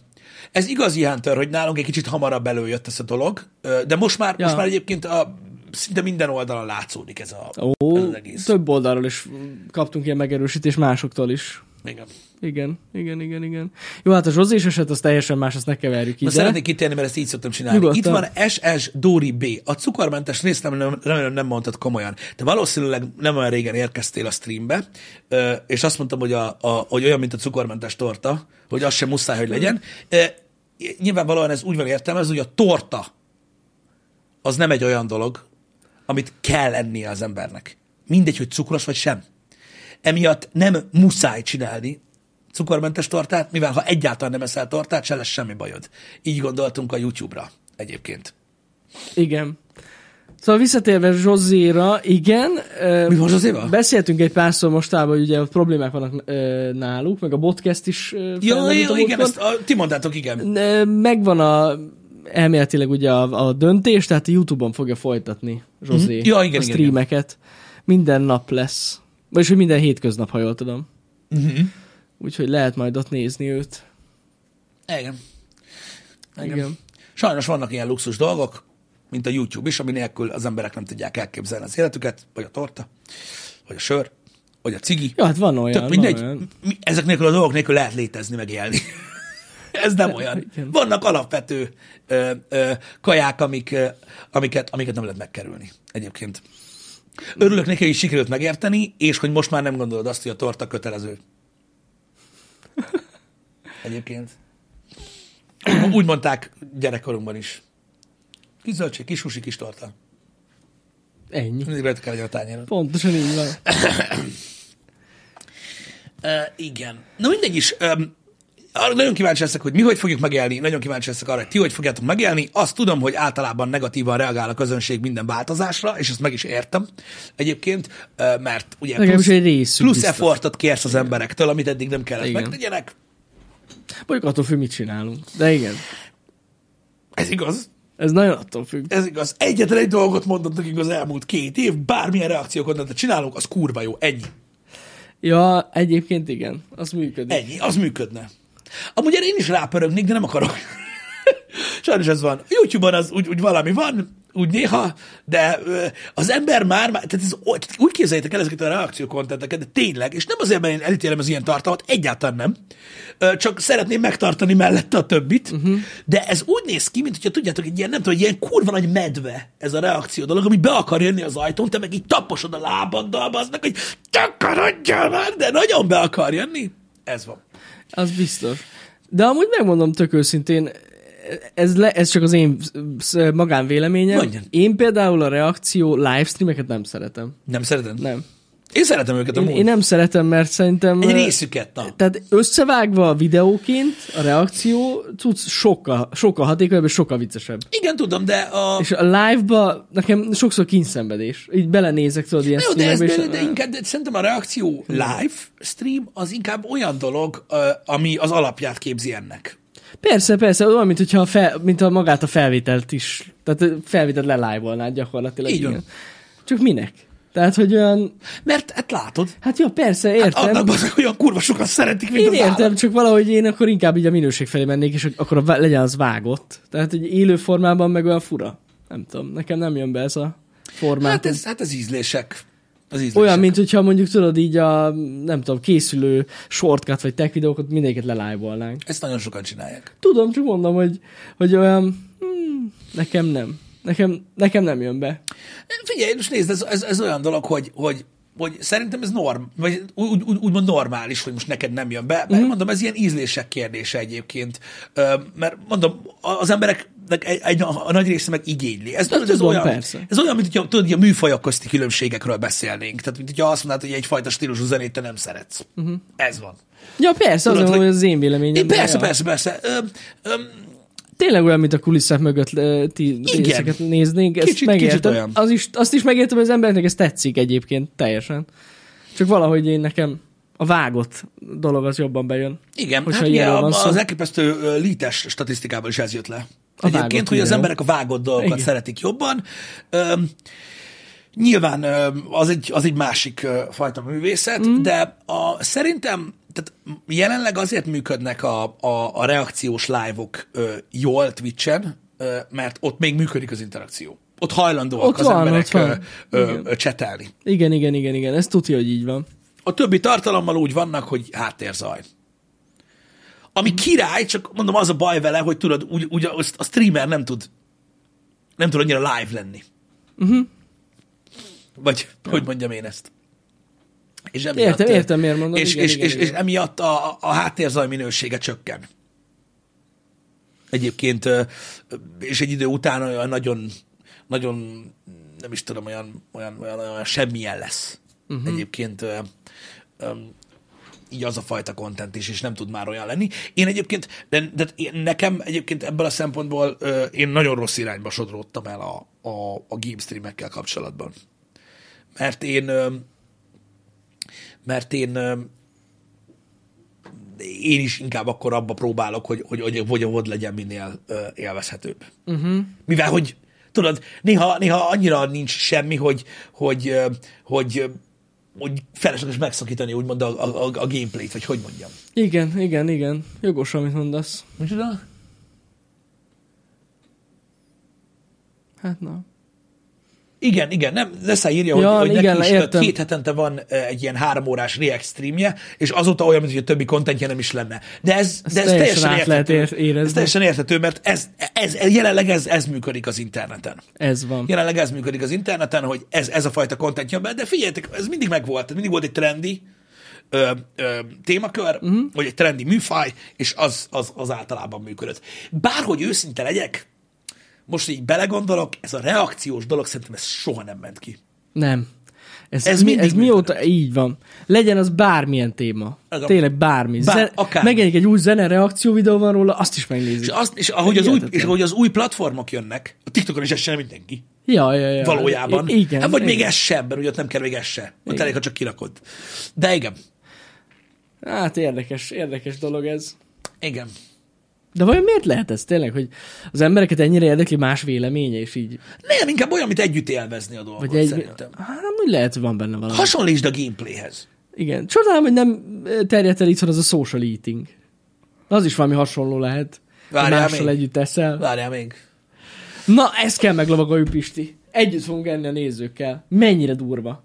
A: Ez igaz, Ihántör, hogy nálunk egy kicsit hamarabb előjött ez a dolog, ö, de most már, ja.
B: Ja.
A: most már egyébként a, szinte minden oldalon látszódik ez a,
B: Ó,
A: ez az egész.
B: több oldalról is kaptunk ilyen megerősítést másoktól is.
A: Igen.
B: Igen, igen, igen, igen. Jó, hát a Zsozés eset az teljesen más, azt ne keverjük
A: Na,
B: ide.
A: szeretnék kitérni, mert ezt így szoktam csinálni.
B: Nyugodtan.
A: Itt van SS Dóri B. A cukormentes részt nem, nem, remélem nem mondtad komolyan. Te valószínűleg nem olyan régen érkeztél a streambe, ö, és azt mondtam, hogy, a, a, hogy olyan, mint a cukormentes torta, hogy az sem muszáj, hogy legyen. Ö, Nyilvánvalóan ez úgy van értelmezve, hogy a torta az nem egy olyan dolog, amit kell ennie az embernek. Mindegy, hogy cukros vagy sem. Emiatt nem muszáj csinálni cukormentes tortát, mivel ha egyáltalán nem eszel tortát, se lesz semmi bajod. Így gondoltunk a YouTube-ra egyébként.
B: Igen. Szóval visszatérve Zsozéra, igen. ö,
A: Mi van Zsozéval?
B: Beszéltünk egy párszor mostában, hogy ugye problémák vannak ö, náluk, meg a podcast is ö,
A: Jó,
B: felmerült a
A: jó, igen,
B: múltkor.
A: ezt a, ti mondtátok, igen.
B: Ö, Megvan a elméletileg ugye a, a döntés, tehát a Youtube-on fogja folytatni Zsozé
A: Mhm. Ja, igen,
B: a
A: igen,
B: streameket. Minden nap lesz. Vagyis, hogy minden hétköznap, ha jól tudom.
A: Uh-huh.
B: Úgyhogy lehet majd ott nézni őt.
A: Igen. Igen.
B: Igen.
A: igen. Sajnos vannak ilyen luxus dolgok, mint a YouTube is, ami nélkül az emberek nem tudják elképzelni az életüket, vagy a torta, vagy a sör, vagy a cigi.
B: Ja, hát van olyan.
A: Tök
B: van
A: mindegy,
B: olyan.
A: mi- ezek nélkül a dolgok nélkül lehet létezni, meg élni. <laughs> Ez nem olyan.
B: Igen.
A: Vannak alapvető ö, ö, kaják, amik, ö, amiket, amiket nem lehet megkerülni egyébként. Örülök neki, hogy sikerült megérteni, és hogy most már nem gondolod azt, hogy a torta kötelező.
B: <laughs>
A: Egyébként. Úgy mondták gyerekkorunkban is. Kis zöldség, kis husi, kis torta.
B: Ennyi.
A: Mindig rajta kell legyen a tányéron.
B: Pontosan így van.
A: Uh, igen. Na mindegy is, um, arra nagyon kíváncsi leszek, hogy mi hogy fogjuk megélni, nagyon kíváncsi leszek arra, hogy ti hogy fogjátok megélni. Azt tudom, hogy általában negatívan reagál a közönség minden változásra, és ezt meg is értem egyébként, uh, mert ugye
B: Legalábbis
A: plusz,
B: egy részük
A: plusz
B: biztos.
A: effortot kérsz az emberektől, amit eddig nem kellett
B: Igen.
A: megtegyenek.
B: Mondjuk attól függ, mit csinálunk. De igen,
A: Ez igaz.
B: ez nagyon attól függ.
A: Ez igaz. Egyetlen egy dolgot mondott nekünk az elmúlt két év, bármilyen reakciókontentet csinálunk, az kurva jó. Ennyi.
B: Ja, egyébként igen, az működik.
A: Ennyi, az működne. Amúgy erre én is rápörögnék, de nem akarok. <laughs> Sajnos ez van. YouTube-on az úgy, úgy valami van, úgy néha, de ö, az ember már, már tehát, ez, o- tehát úgy képzeljétek el ezeket a reakciókontenteket, de tényleg, és nem azért, mert én elítélem az ilyen tartalmat, egyáltalán nem, Ö, csak szeretném megtartani mellette a többit, uh-huh. de ez úgy néz ki, mint hogyha tudjátok, egy ilyen, nem tudom, egy ilyen kurva nagy medve ez a reakció dolog, ami be akar jönni az ajtón, te meg így taposod a lábaddal, aznak, hogy takarodjál már, de nagyon be akar jönni. Ez van.
B: Az biztos. De amúgy megmondom tök őszintén, ez, le, ez csak az én sz- magánvéleményem.
A: Mondjad.
B: Én például a reakció livestreameket nem szeretem.
A: Nem szeretem?
B: Nem.
A: Én szeretem őket
B: Én,
A: amúgy.
B: én nem szeretem, mert szerintem...
A: Egy
B: eh,
A: részüket, na.
B: Tehát összevágva a videóként a reakció cucc sokkal, sokkal hatékonyabb és sokkal viccesebb.
A: Igen, tudom, de a...
B: És a live-ba nekem sokszor kínszenvedés. Így belenézek, tudod, ilyen
A: Jó, de, ez,
B: streamekbe,
A: de,
B: és-
A: de inkább de szerintem a reakció live stream az inkább olyan dolog, ö, ami az alapját képzi ennek.
B: Persze, persze, olyan, mint hogyha fel, mint a magát a felvételt is, tehát ö, felvételt lelájvolnád gyakorlatilag.
A: Így van.
B: Csak minek? Tehát, hogy olyan,
A: Mert hát látod,
B: hát jó, persze, értem.
A: annak azok olyan kurva sokan szeretik, mint
B: én
A: az
B: értem,
A: állat. Hát
B: csak valahogy én akkor inkább így a minőség felé mennék, és akkor a, vá- legyen az vágott. Tehát, hogy élő formában meg olyan fura. Nem tudom, nekem nem jön be ez a formát.
A: Hát ez, hát ez ízlések. Az ízlések.
B: Olyan, mint hogyha mondjuk tudod így a, nem tudom, készülő shortcut vagy tech videókat mindegyiket lelájbolnánk.
A: Ezt nagyon sokan csinálják.
B: Tudom, csak mondom, hogy, hogy olyan, hmm, nekem nem. Nekem, nekem nem jön be.
A: Figyelj, most nézd, ez, ez, ez olyan dolog, hogy, hogy, hogy szerintem ez norm, vagy úgy, úgy, úgymond normális, hogy most neked nem jön be,
B: Mhm.
A: mert mm. mondom, ez ilyen ízlések kérdése egyébként. Ö, mert mondom, a- az embereknek egy, egy, a, a nagy része meg igényli. Ez, tudod, ez,
B: Hát tudom,
A: olyan,
B: persze.
A: ez olyan, mint hogyha tudod, így a műfajok közti különbségekről beszélnénk. Tehát, mint hogyha azt mondnád, hogy egyfajta stílusú zenét te nem szeretsz. Mm-hmm. Ez van.
B: Ja, persze,
A: Tudod,
B: az, hogy
A: hogy-
B: az Mhm. én véleményem.
A: Én, persze,
B: ja.
A: persze, persze. Ö, ö,
B: Tényleg olyan, mint a kulisszák mögött ö, ti részeket néznénk. Ezt
A: Kicsit-
B: megértem.
A: kicsit olyan.
B: Az is, azt is megértem, hogy az embernek ez tetszik egyébként teljesen. Csak valahogy én nekem a vágott dolog az jobban bejön.
A: igen,
B: Hogyha
A: hát ugye
B: ilyenről
A: a,
B: van szó.
A: az elképesztő ö, lítes statisztikából is ez jött le.
B: A vágott
A: Egyébként, hogy az
B: videó.
A: emberek a vágott dolgokat
B: Igen.
A: szeretik jobban. Öm, nyilván öm, az egy, az egy másik ö, fajta művészet, mm. de a, szerintem tehát jelenleg azért működnek a, a, a reakciós live-ok ö, jól Twitch-en, ö, mert ott még működik az interakció. Ott hajlandóak
B: Ott
A: az
B: van,
A: emberek
B: ott
A: ö,
B: van.
A: ö, ö, csetelni.
B: Igen, igen, igen, igen. Ez tudja, hogy így van.
A: A többi tartalommal úgy vannak, hogy háttérzaj. Ami
B: Mhm.
A: király, csak mondom, az a baj vele, hogy tudod, úgy, úgy a, a streamer nem tud, nem tud annyira live lenni. Uh-huh.
B: Mhm.
A: Vagy ja. hogy mondjam én ezt. És emiatt,
B: Értem, értem, miért mondom.
A: És,
B: Igen,
A: és,
B: igen,
A: és,
B: igen.
A: és emiatt a, a- a háttérzaj minősége csökken. Egyébként, ö, ö, és egy idő után olyan nagyon, nagyon nem is tudom, olyan, olyan, olyan, olyan semmilyen lesz.
B: Mhm.
A: Uh-huh. Egyébként ö, ö, így az a fajta content is, és nem tud már olyan lenni. Én egyébként, de, de én- nekem egyébként ebből a szempontból ö, én nagyon rossz irányba sodródtam el a, a, a game streamekkel kapcsolatban. Mert én, ö, mert én ö, én is inkább akkor abba próbálok, hogy hogy, hogy, hogy, hogy legyen minél ö, élvezhetőbb. Uh-huh. Mivel, hogy tudod, néha, néha annyira nincs semmi, hogy, hogy, ö, hogy, ö, hogy felesleges megszakítani úgymond a, a, a, a gameplayt, vagy hogy mondjam.
B: Igen, igen, igen. Jogos, amit mondasz.
A: Micsoda?
B: Hát na.
A: Igen, igen, nem, Lesza írja,
B: Ja,
A: hogy, hogy
B: igen,
A: neki is
B: értem.
A: két hetente van ö, egy ilyen három órás React streamje, és azóta olyan, mintha többi kontentje nem is lenne. De ez, de ez
B: teljesen
A: teljesen,
B: át
A: érthető.
B: lehet ér- érezni.
A: Ez teljesen érthető, mert ez, ez, ez jelenleg ez, ez működik az interneten.
B: Ez van.
A: Jelenleg ez működik az interneten, hogy ez, ez a fajta kontent jön be, de figyeljetek, ez mindig megvolt, tehát mindig volt egy trendi ö, ö, témakör,
B: Mhm.
A: uh-huh. vagy egy trendi műfaj, és az, az, az általában működött. Bárhogy őszinte legyek, most így belegondolok, ez a reakciós dolog szerintem ez soha nem ment ki.
B: Nem. Ez,
A: Ez
B: ez, mi,
A: mindig
B: ez mióta így van. Legyen az bármilyen téma.
A: Igen.
B: Tényleg bármi.
A: Bár-
B: Bár,
A: akármi.
B: Megjelenik egy új zene, reakció videó van róla, azt is megnézik.
A: És, azt, és, ahogy az új, és
B: Hihetetlen.
A: ahogy az új platformok jönnek, a TikTokon is ezt csinál mindenki.
B: Ja, ja, ja.
A: valójában.
B: I- igen.
A: hát, vagy
B: igen.
A: még ez sem, mert ugye ott nem kell még ez se. Ott
B: Igen.
A: elég, ha csak kirakod. De igen.
B: Hát érdekes, érdekes dolog ez.
A: Igen.
B: De vajon miért lehet ez tényleg, hogy az embereket ennyire érdekli más véleménye, és így...
A: Nem, inkább olyan, mint együtt élvezni a dolgot,
B: Vagy
A: egy...
B: egy...
A: szerintem.
B: Hát, úgy lehet, hogy van benne valami.
A: Hasonlítsd a gameplayhez.
B: Igen. Csodálom, hogy nem terjedt el itthon az a social eating. Az is valami hasonló lehet.
A: Várjál
B: Várjál mással
A: még.
B: együtt eszel.
A: Várjál még.
B: Na, ezt kell meglovagoljuk, Pisti. Együtt fogunk enni a nézőkkel. Mennyire durva.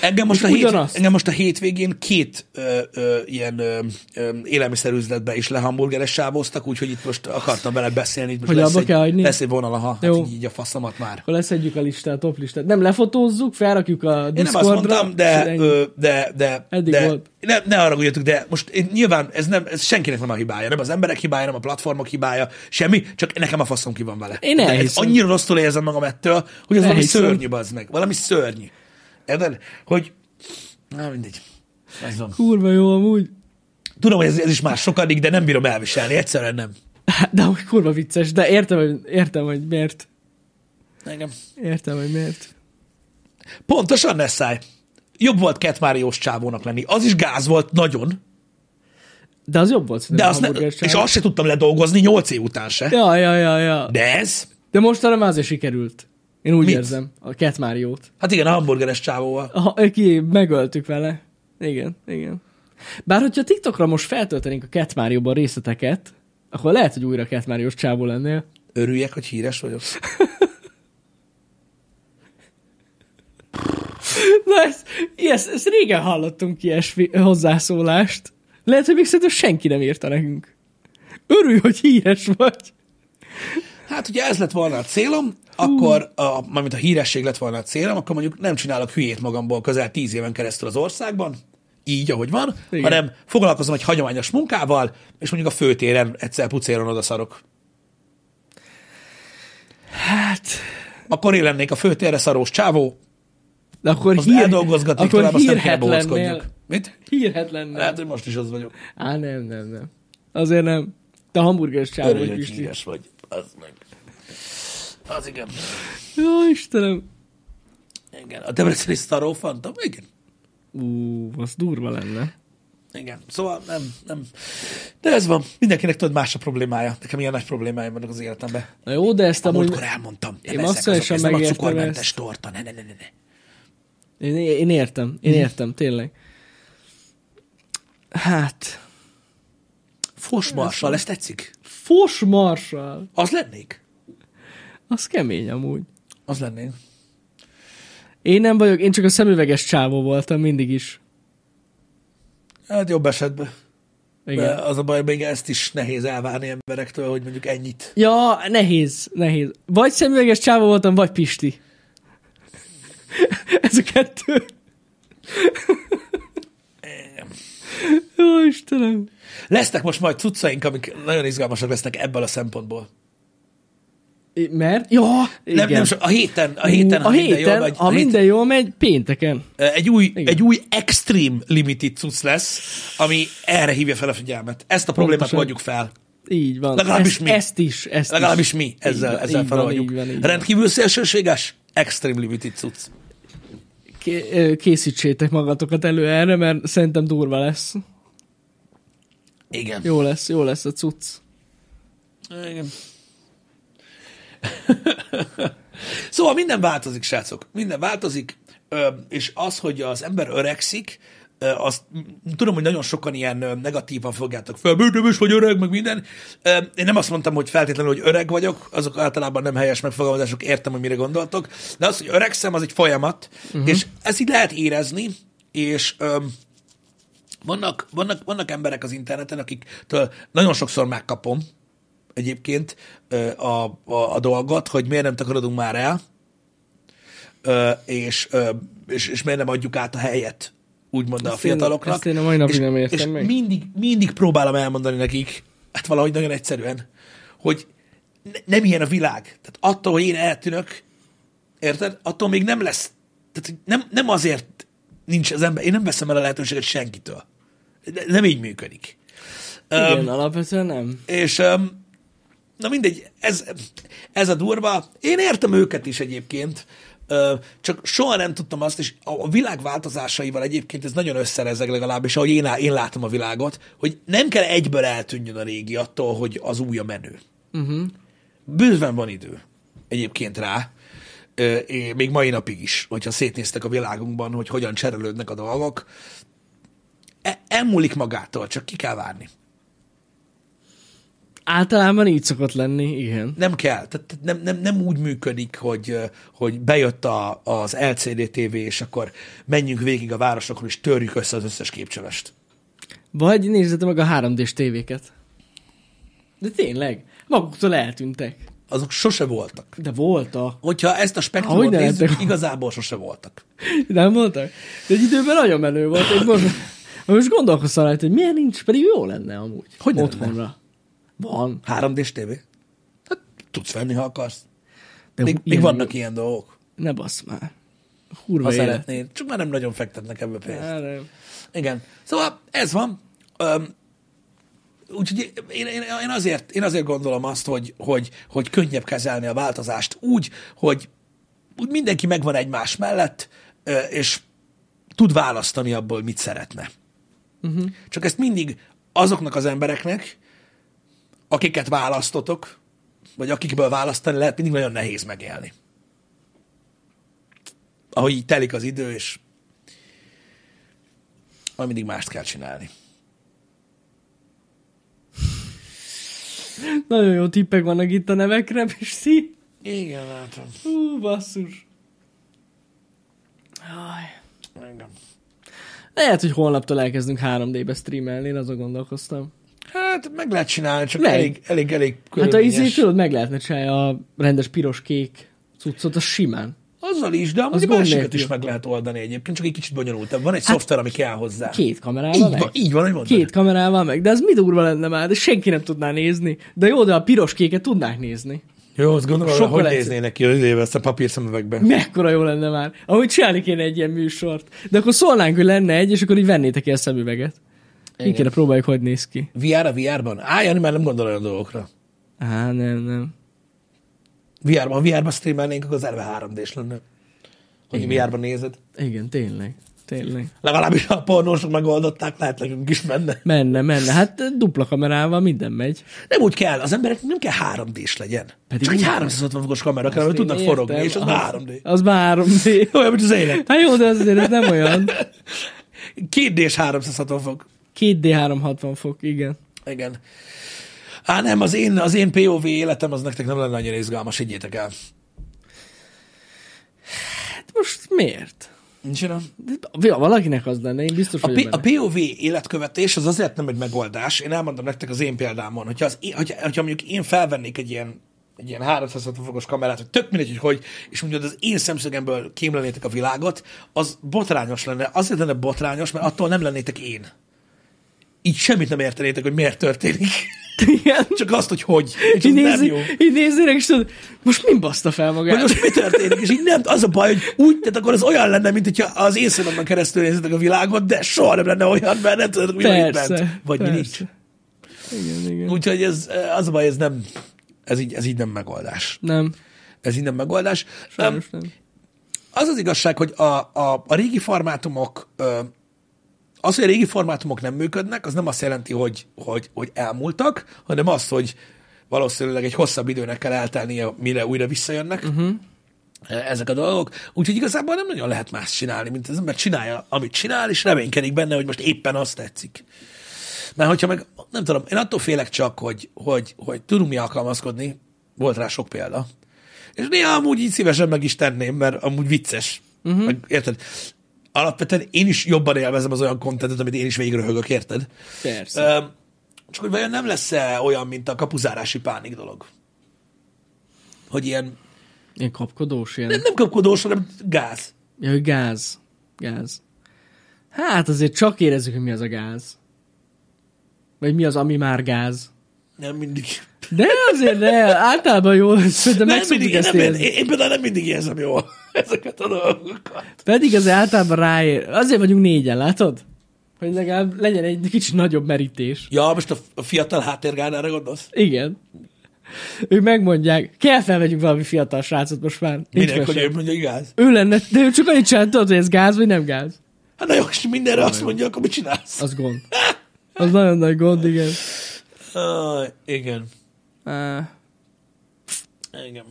A: Engem most, a
B: És
A: hét,
B: ugyanazt.
A: engem most a hétvégén két ö, ö, ilyen ö, ö, élelmiszerüzletbe is lehamburgeres sávoztak, úgyhogy itt most akartam vele beszélni. Itt most
B: Hogy
A: lesz
B: abba
A: egy,
B: kell hagyni?
A: Lesz egy vonal, ha hát
B: Jó.
A: így, így a faszomat már.
B: Akkor leszedjük a listát, top listát. Nem lefotózzuk, felrakjuk a
A: Én nem azt
B: Discordra.
A: mondtam,
B: és
A: de,
B: ennyi.
A: ö, de, de,
B: Eddig
A: de
B: volt.
A: ne, ne arra gondoljatok, de most én, nyilván ez, nem, ez senkinek nem a hibája, nem az emberek hibája, nem a platformok hibája, semmi, csak nekem a faszom ki van vele.
B: Én
A: de ez
B: elhiszem.
A: annyira rosszul érzem magam ettől, hogy az valami
B: Elhiszem.
A: szörnyű, bazd meg, valami szörnyű. Érted? Hogy, na mindegy. Ez van.
B: Kurva jó amúgy.
A: Tudom, hogy ez, ez is már sokadik, de nem bírom elviselni, egyszerűen nem.
B: Hát, De amúgy kurva vicces, de értem, hogy, értem, hogy miért.
A: Engem.
B: Értem, hogy miért.
A: Pontosan ne szállj. Jobb volt Cat Máriós csávónak lenni. Az is gáz volt nagyon,
B: De az jobb volt.
A: de
B: szerintem,
A: azt
B: a
A: ne,
B: hamburgeres
A: és
B: csávó.
A: azt se tudtam ledolgozni 8 év után se.
B: Ja, ja, ja, ja.
A: De ez?
B: De mostanra már azért sikerült. Én úgy
A: Mit?
B: érzem. A Cat Máriót.
A: Hát igen, a hamburgeres csávóval.
B: Ha, ki megöltük vele. Igen, igen. Bár hogyha TikTokra most feltöltenénk a Cat Mario-ban részleteket, akkor lehet, hogy újra Cat Mario-s csávó lennél. <laughs>
A: Örüljek, hogy híres vagyok.
B: Na ezt, ezt, ezt régen hallottunk ilyesmi hozzászólást. Lehet, hogy még szerintem senki nem írta nekünk. Örülj, hogy híres vagy.
A: Hát, hogyha ez lett volna a célom, akkor, a, mármint a híresség lett volna a célom, akkor mondjuk nem csinálok hülyét magamból közel tíz éven keresztül az országban, így, ahogy van,
B: Igen.
A: Igen. hanem foglalkozom egy hagyományos munkával, és mondjuk a főtéren egyszer pucéron odaszarok.
B: Hát,
A: Akkor én lennék a főtérre szarós csávó,
B: de akkor,
A: az eldolgozgatnék tovább, aztán kéne
B: hírhetlennél.
A: bohóckodjuk. Mit?
B: Hírhetlennél.
A: Lehet, hogy most is az vagyok.
B: Á, nem, nem, nem. Azért nem. Te hamburgeres csávó
A: Örülj,
B: vagy,
A: hogy
B: Pisti.
A: híres vagy. Az meg. Az igen.
B: Jó, Istenem.
A: Igen. A Debreceni Staró Fantom? Igen.
B: Ú, az durva lenne.
A: Igen, szóval nem, nem. De ez van. Mindenkinek tudod más a problémája. Nekem ilyen nagy problémáim vannak az életemben.
B: Na jó, de ezt
A: A
B: amúgy...
A: múltkor elmondtam. Nem
B: én
A: eszek
B: maximálisan
A: azok, ez nem a
B: megértem
A: cukormentes torta. Ne, ne, ne, ne. ne.
B: Én, én értem,
A: Mhm.
B: én értem, tényleg. Hát,
A: Fosmarsal, ezt tetszik?
B: fos marsal.
A: Az lennék?
B: Az kemény amúgy.
A: Az lennék.
B: Én nem vagyok, én csak a szemüveges csávó voltam mindig is.
A: Hát jobb esetben.
B: Igen.
A: De az a baj, még ezt is nehéz elvárni emberektől, hogy mondjuk ennyit.
B: Ja, nehéz, nehéz. Vagy szemüveges csávó voltam, vagy Pisti. <laughs> Ez a kettő. Jó, Istenem.
A: Lesznek most majd cuccaink, amik nagyon izgalmasak lesznek ebből a szempontból.
B: É, Mert? Ja,
A: Nem, nem, so- a héten, a héten,
B: a héten, jól megy, ha
A: a héten-
B: minden jól megy, pénteken.
A: Egy új,
B: Igen.
A: egy új extreme limited cucc lesz, ami erre hívja fel a figyelmet. Ezt a problémát
B: Pontosan.
A: oldjuk fel.
B: Így van.
A: Legalábbis
B: ezt,
A: mi.
B: Ezt is, ezt
A: Legalábbis
B: is.
A: mi ezzel,
B: van,
A: ezzel
B: így van,
A: feloldjuk.
B: így van, így van.
A: Rendkívül szélsőséges, extreme limited cucc.
B: Ké- ö, készítsétek magatokat elő erre, mert szerintem durva lesz.
A: Igen.
B: Jó lesz, jó lesz a cucc.
A: Igen. <laughs> szóval minden változik, srácok. Minden változik, ö, és az, hogy az ember öregszik, ö, azt m- tudom, hogy nagyon sokan ilyen ö, negatívan fogjátok fel, bőtöm is vagy öreg, meg minden. Ö, Én nem azt mondtam, hogy feltétlenül, hogy öreg vagyok, azok általában nem helyes megfogalmazások, értem, hogy mire gondoltok, de az, hogy öregszem, az egy folyamat, uh-huh. és ezt így lehet érezni, és öm, vannak, vannak, vannak emberek az interneten, akiktől nagyon sokszor megkapom egyébként ö, a, a, a dolgot, hogy miért nem takarodunk már el, ö, és, ö, és, és miért nem adjuk át a helyet, úgymond a
B: Ezt én-
A: fiataloknak.
B: ezt én a mai napig
A: és,
B: nem értem
A: és
B: meg.
A: Mindig, mindig próbálom elmondani nekik, hát valahogy nagyon egyszerűen, hogy ne, nem ilyen a világ. Tehát attól, hogy én eltűnök, Érted? Attól még nem lesz. Tehát hogy nem, nem azért nincs az ember. Én nem veszem el a lehetőséget senkitől. De, nem így működik.
B: Igen,
A: Öm,
B: alapvetően nem.
A: és öm, na mindegy, ez, ez a durva. Én értem őket is egyébként, Ö, csak soha nem tudtam azt, és a a világ változásaival egyébként ez nagyon összerezeg legalábbis, ahogy én, á- én látom a világot, hogy nem kell egyből eltűnjön a régi attól, hogy az új a menő. Uh-huh. Bőven van idő egyébként rá. ö, é- még mai napig is, hogyha szétnéztek a világunkban, hogy hogyan cserélődnek a dolgok, e- elmúlik magától, csak ki kell várni.
B: Általában így szokott lenni, igen.
A: Nem kell, tehát tehát nem, nem, nem úgy működik, hogy ö, hogy bejött a, az LCD TV, és akkor menjünk végig a városokon, és törjük össze az összes képcsövest.
B: Vagy nézzete meg a 3D-s tévéket. De tényleg, maguktól eltűntek.
A: Azok sose voltak.
B: De voltak.
A: Hogyha ezt a
B: Ahogy
A: spektrumot
B: ne
A: nézzük,
B: lettek.
A: igazából sose voltak.
B: Nem voltak? De egy időben nagyon menő volt. Egy most, most gondolkoztam rajta, hogy miért nincs, pedig jó lenne amúgy.
A: Hogy ne
B: Otthonra. Lenne? Van.
A: 3D-s tévé? Hát tudsz venni, ha akarsz.
B: De
A: Még,
B: hú,
A: még
B: ilyen-
A: vannak ilyen dolgok,
B: Ne basz már. Hurva
A: ha
B: élet.
A: szeretnéd. Csak már nem nagyon fektetnek ebbe pénzt.
B: Á, nem.
A: Igen. Szóval ez van. Öm, úgyhogy én, én, én, azért, én azért gondolom azt, hogy, hogy, hogy könnyebb kezelni a változást úgy, hogy úgy mindenki megvan egymás mellett, ö, és tud választani abból, mit szeretne. Uh-huh. Csak ezt mindig azoknak az embereknek, akiket választotok, vagy akikből választani lehet, mindig nagyon nehéz megélni. Ahogy így telik az idő, és majd mindig mást kell csinálni.
B: Nagyon jó tippek vannak itt a nevekre, Pisti.
A: Igen, látom.
B: Hú, basszus. Aj.
A: Igen.
B: Lehet, hogy holnaptól elkezdünk 3D-be streamelni, én azon gondolkoztam.
A: Hát meg lehet csinálni, csak
B: Meg.
A: elég, elég, elég
B: Hát a
A: körülményes.
B: izé, tudod, meg lehetne csinálni a rendes piros-kék cuccot, az simán.
A: Azzal is, de amúgy
B: Az
A: a
B: gond
A: másikat
B: nélkül.
A: is meg lehet oldani egyébként, csak egy kicsit bonyolultabb. Van egy szoftver, ami kell hozzá.
B: Két kamerával
A: Így
B: meg.
A: van, így van, hogy mondod.
B: Két kamerával meg, de az mi durva lenne már, de senki nem tudná nézni. De jó, de a piros-kéket tudnák nézni.
A: Jó, azt gondolom,
B: Sokkal
A: hogy
B: egyszerű.
A: néznének ki az éve ezt a papírszemüvegben.
B: Mekkora jó lenne már. Amúgy csinálni kéne egy ilyen műsort. De akkor szólnánk, hogy lenne egy, és akkor így vennétek el szemüveget. Én kéne próbáljuk, hogy néz ki.
A: VR a VR-ban? Á, Jani már nem gondol olyan dolgokra.
B: Á, nem, nem.
A: VR-ban, ha VR-ban streamelnénk, akkor az elve 3 d lenne. Hogy VR-ban nézed.
B: Igen, tényleg. Tényleg.
A: Legalábbis ha a pornósok megoldották, lehet nekünk is menne.
B: Menne, menne. Hát dupla kamerával minden megy.
A: Nem úgy kell, az emberek nem kell 3 d legyen.
B: Pedig
A: Pedig Csak egy
B: úgy kell.
A: 360 fokos kamera kell, hogy
B: Azt én
A: tudnak
B: értem,
A: forogni, és az már 3D.
B: Az már 3D.
A: Olyan, mint az élet.
B: Hát jó, de azért ez nem olyan.
A: 2 d 360 fok.
B: 2D360 fok, igen.
A: Igen. Á, nem, az én, az én POV életem az nektek nem lenne annyira izgalmas, higgyétek el.
B: Hát most miért?
A: Csinálom.
B: De ha valakinek az lenne, én biztos
A: A,
B: vagyok
A: P- a
B: benne.
A: POV életkövetés az azért nem egy megoldás, én elmondom nektek az én példámon, hogyha, az, én- hogyha, hogyha mondjuk én felvennék egy ilyen, egy ilyen 360 fokos kamerát, hogy tök mindegy, hogy hogy, és mondjuk az én szemszögemből kémlenétek a világot, az botrányos lenne. Azért lenne botrányos, mert attól nem lennétek én. Így semmit nem értenétek, hogy miért történik. <laughs>
B: Igen.
A: Csak azt, hogy hogy. És az
B: Így,
A: nem
B: nézi,
A: jó.
B: így nézzenek, és tudod, most mi baszta fel magát?
A: Hogy most mi történik, és így nem, az a baj, hogy úgy, tehát akkor az olyan lenne, mint hogyha az észrenomban keresztül nézzetek a világot, de soha nem lenne olyan, mert nem tudod, mi van itt bent.
B: Persze.
A: Vagy mi nincs.
B: persze. Igen, igen.
A: Úgyhogy ez, az a baj, ez nem, ez így, ez így nem megoldás.
B: Nem,
A: Ez így nem megoldás. Um,
B: sajnos nem.
A: az az igazság, hogy a, a, a régi formátumok, ö, az, hogy a régi formátumok nem működnek, az nem azt jelenti, hogy, hogy, hogy elmúltak, hanem az, hogy valószínűleg egy hosszabb időnek kell eltelnie, mire újra visszajönnek uh-huh. ezek a dolgok. Úgyhogy igazából nem nagyon lehet más csinálni, mint az ember csinálja, amit csinál, és reménykedik benne, hogy most éppen azt tetszik. Mert hogyha meg, nem tudom, én attól félek csak, hogy, hogy, hogy tudunk mi alkalmazkodni, volt rá sok példa. És néha amúgy így szívesen meg is tenném, mert amúgy vicces.
B: Mhm.
A: Uh-huh. Meg, érted? Alapvetően én is jobban élvezem az olyan kontentet, amit én is végigröhögök, érted?
B: Persze.
A: Ö, csak hogy vajon nem lesz-e olyan, mint a kapuzárási pánik dolog? Hogy ilyen,
B: Ilyen kapkodós, ilyen...
A: nem, nem kapkodós, hanem gáz.
B: Ja, hogy gáz. Gáz. Hát azért csak érezzük, hogy mi az a gáz. Vagy mi az, ami már gáz.
A: Nem mindig.
B: De azért ne, általában jó, lesz, de meg
A: nem mindig
B: szoktuk
A: én,
B: ezt
A: nem, én,
B: érezni.
A: én például nem mindig érzem jól <laughs> ezeket a dolgokat.
B: Pedig azért általában ráér. Azért vagyunk négyen, látod? Hogy legalább legyen egy kicsit nagyobb merítés.
A: Ja, most a f- a fiatal háttérgánára gondolsz?
B: Igen. Ők megmondják, kell felvegyünk valami fiatal srácot most már. Nincs
A: Minek, hogy
B: mese.
A: ő mondja, hogy gáz?
B: ő lenne, de ő csak annyit csinál, tudod, hogy ez gáz vagy nem gáz.
A: Hát na jó, és mindenre azt mondja, akkor mit csinálsz?
B: Az gond. Az nagyon nagy gond, igen.
A: Ah, igen.
B: Uh,
A: Igen.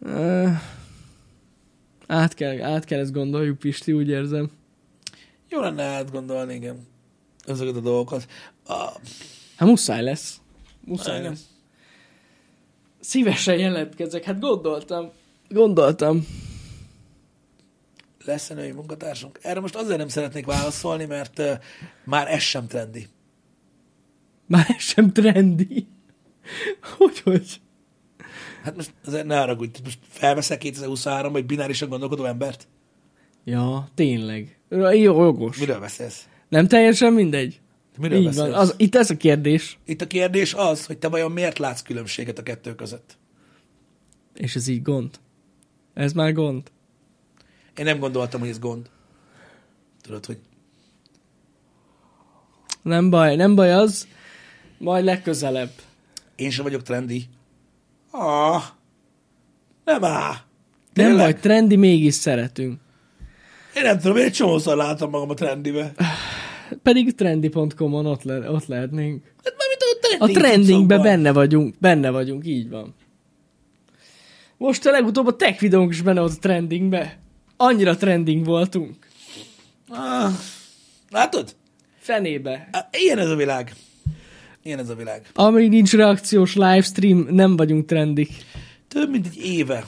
B: Ö, Át kell, át kell ezt gondoljuk, Pisti, úgy érzem.
A: Jó lenne átgondolni, igen, ezeket a dolgokat. A,
B: Hát muszáj lesz. Muszáj
A: Igen.
B: lesz. Szívesen jelentkezek, hát gondoltam. Gondoltam.
A: lesz női munkatársunk? Erre most azért nem szeretnék válaszolni, mert ö, már ez sem trendi.
B: Már ez sem trendi. Hogy, hogy?
A: Hát most azért ne haragudj, most felveszek 2023 hogy binárisan gondolkodó embert?
B: Ja, tényleg. Ö, Jó, jogos.
A: Miről beszélsz?
B: Nem teljesen mindegy.
A: Miről
B: Így
A: beszélsz?
B: van. Az, itt ez a kérdés.
A: Itt a kérdés az, hogy te vajon miért látsz különbséget a kettő között?
B: És ez így gond. Ez már gond.
A: Én nem gondoltam, hogy ez gond. Tudod, hogy
B: Nem baj, nem baj az. Majd legközelebb.
A: én sem vagyok trendi. Ah, nem á.
B: Nem
A: Tényleg?
B: baj, trendi mégis szeretünk.
A: Én nem tudom, én egy csomószor látom magam a trendibe. Hát
B: Pedig trendi.com-on ott, le, ott lehetnénk.
A: Hát már mint a
B: A
A: trending
B: trendingben
A: cuccokban.
B: benne vagyunk, benne vagyunk, így van. Most a legutóbb a tech videónk is benne volt a trendingbe. Annyira trending voltunk.
A: Ah, látod?
B: Fenébe.
A: Á, Ilyen ez a világ. Ilyen ez a világ.
B: Amíg nincs reakciós livestream, nem vagyunk trendik.
A: Több mint egy éve.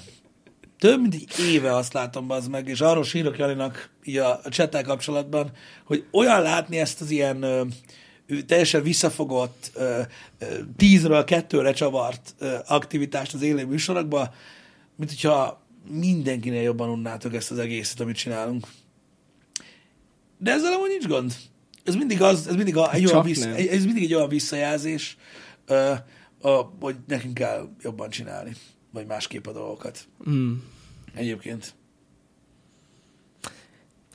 A: Több mint egy éve azt látom az meg, és arról sírok Janinak így a a csettel kapcsolatban, hogy olyan látni ezt az ilyen ö, ő teljesen visszafogott, ö, ö, tízről kettőre csavart ö, aktivitást az élő műsorokba, mint hogyha mindenkinél jobban unnátok ezt az egészet, amit csinálunk. De ezzel amúgy nincs gond. Ez mindig, az, ez mindig, a, egy,
B: Csak
A: olyan vissza,
B: nem.
A: egy- ez mindig egy olyan visszajelzés, ö, a, hogy nekünk kell jobban csinálni, vagy másképp a dolgokat.
B: Mm.
A: Egyébként.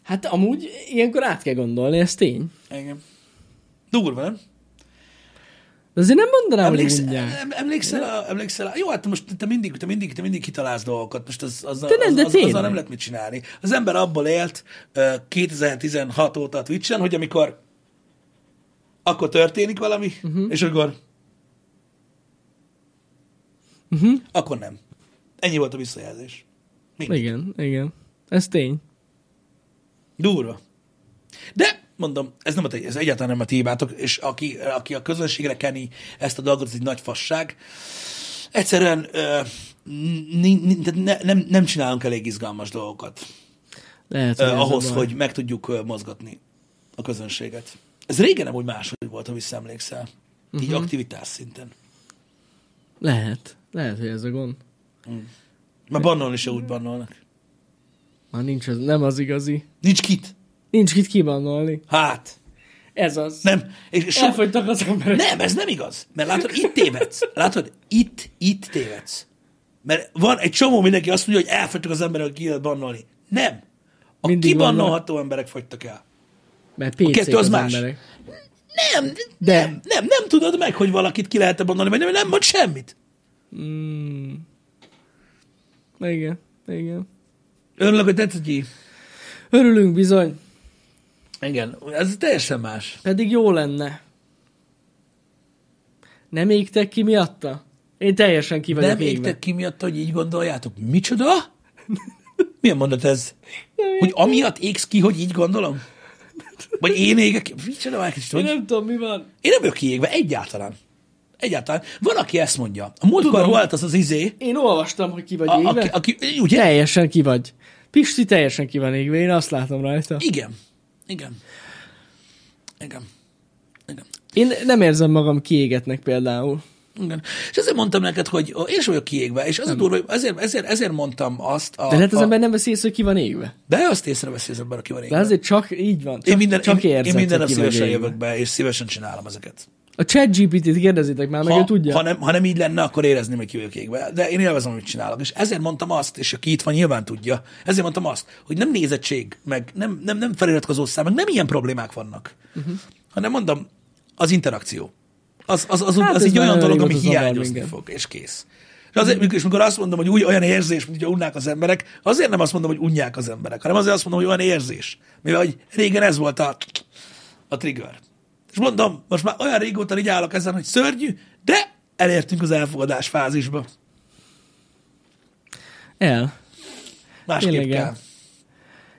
B: Hát amúgy ilyenkor át kell gondolni, ez tény.
A: Engem. Durva, nem?
B: De azért nem mondanám, hogy
A: Emlékszel,
B: mondják.
A: em, emlékszel, a, emlékszel a, jó, hát te most te mindig, te mindig, te mindig kitalálsz dolgokat, most az, az,
B: De nem,
A: az,
B: de
A: az, azzal
B: tényleg.
A: nem lehet mit csinálni. Az ember abból élt ö, 2016 óta a Twitch-en, hogy amikor akkor történik valami, uh-huh.
B: Mhm.
A: és akkor
B: Uh-huh.
A: akkor nem. Ennyi volt a visszajelzés. Mindig.
B: Igen, igen. Ez tény.
A: Durva. De mondom, ez, nem a, te- ez egyáltalán nem a ti hibátok, és aki, aki a közönségre keni ezt a dolgot, ez egy nagy fasság. Egyszerűen ö, ni- ni- tehát ne, nem, nem csinálunk elég izgalmas dolgokat
B: Lehet,
A: ö,
B: ez a
A: ahhoz,
B: baj.
A: hogy meg tudjuk ö, mozgatni a közönséget. Ez régen nem úgy máshogy volt, ha visszaemlékszel. Így aktivitás szinten.
B: Lehet. Lehet, hogy ez a gond.
A: Már bannolni se úgy bannolnak.
B: Már nincs az, nem az igazi.
A: Nincs kit.
B: Nincs kit kibannolni.
A: Hát.
B: Ez az.
A: Nem. És sok,
B: Elfogytak az emberek.
A: Nem, ez nem igaz. Mert látod, itt tévedsz. Látod, itt, itt tévedsz. Mert van egy csomó mindenki azt mondja, hogy elfogytak az emberek, aki lehet bannolni. Nem. A
B: Mindig
A: Mindig kibannolható emberek fogytak el.
B: Mert
A: A
B: PC
A: kettő az
B: az,
A: más.
B: emberek.
A: Nem,
B: De-
A: De. nem, nem, nem tudod meg, hogy valakit ki lehet bannolni, vagy nem, nem mond semmit.
B: Mm. Igen, igen.
A: Örülök, hogy tetszett, Gyi.
B: Örülünk bizony.
A: Igen, ez teljesen más.
B: Pedig jó lenne. Nem égtek ki miatta? Én teljesen ki vagyok
A: nem
B: égve.
A: égtek ki miatt, hogy így gondoljátok. Micsoda? <laughs> Milyen mondat ez? Hogy amiatt égsz ki, hogy így gondolom? Vagy én égek ki? Micsoda, már kicsit,
B: Én
A: hogy...
B: nem tudom, mi van.
A: Én nem vagyok kiégve, egyáltalán. Egyáltalán. Van, aki ezt mondja. A múltkor
B: Tudom.
A: volt az az izé,
B: Én olvastam, hogy ki vagy
A: a,
B: égve.
A: aki, aki, ugye?
B: Teljesen ki vagy. Pisti teljesen ki van égve, én azt látom rajta.
A: Igen. Igen. Igen. Igen.
B: Én nem érzem magam kiégetnek például.
A: Igen. És ezért mondtam neked, hogy ó, én sem vagyok kiégve, és az a durva, hogy ezért, ezért, ezért mondtam azt a...
B: De lehet az
A: a-
B: ember nem veszi észre, hogy ki van égve.
A: De azt észreveszi az ember, aki van
B: De
A: égve.
B: azért csak így van. Csak,
A: Én minden,
B: csak
A: én,
B: érzed,
A: én minden nap
B: hogy ki vagy
A: szívesen
B: égve.
A: jövök be, és szívesen csinálom ezeket.
B: A chat GPT-t kérdezitek már, meg ő
A: Ha,
B: tudja.
A: ha, nem, ha nem így lenne, akkor érezném, hogy jövök égbe. De én élvezem, amit csinálok. És ezért mondtam azt, és aki itt van, nyilván tudja, ezért mondtam azt, hogy nem nézettség, meg nem, nem, nem feliratkozó szám, meg nem ilyen problémák vannak.
B: Mhm.
A: Uh-huh. Hanem mondom, az interakció. Az, az, az, az
B: Hát ez
A: egy
B: már
A: olyan
B: nagyon
A: dolog,
B: régóta
A: ami
B: zavar
A: hiányozni
B: minket.
A: fog, és kész. És azért, mikor, és mikor azt mondom, hogy új, olyan érzés, mint hogy unnák az emberek, azért nem azt mondom, hogy unják az emberek, hanem azért azt mondom, hogy olyan érzés. Mivel hogy régen ez volt a, a trigger. És mondom, most már olyan régóta így állok ezen, hogy szörnyű, de elértünk az elfogadás fázisba.
B: El.
A: Másképp
B: Tényleg el.
A: kell.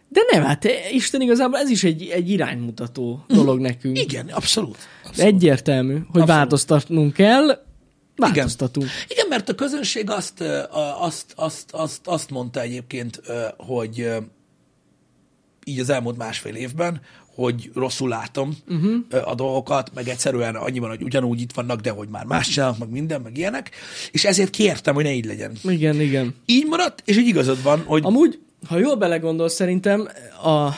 B: De nem, hát eh, Isten igazából ez is egy, egy iránymutató dolog nekünk.
A: Hm. Igen, abszolút. abszolút.
B: Egyértelmű, hogy
A: Abszolút.
B: változtatnunk kell, változtatunk.
A: Igen, mert a közönség azt, ö, a- azt, azt, azt, azt mondta egyébként, ö, hogy ö, így az elmúlt másfél évben, hogy rosszul látom
B: Mhm.
A: uh-huh. a dolgokat, meg egyszerűen annyiban, hogy ugyanúgy itt vannak, de hogy már más csinálnak, meg minden, meg ilyenek, és ezért kértem, hogy ne így legyen.
B: Igen, igen.
A: Így maradt, és így igazad van, hogy
B: Amúgy, ha jól belegondolsz, szerintem a,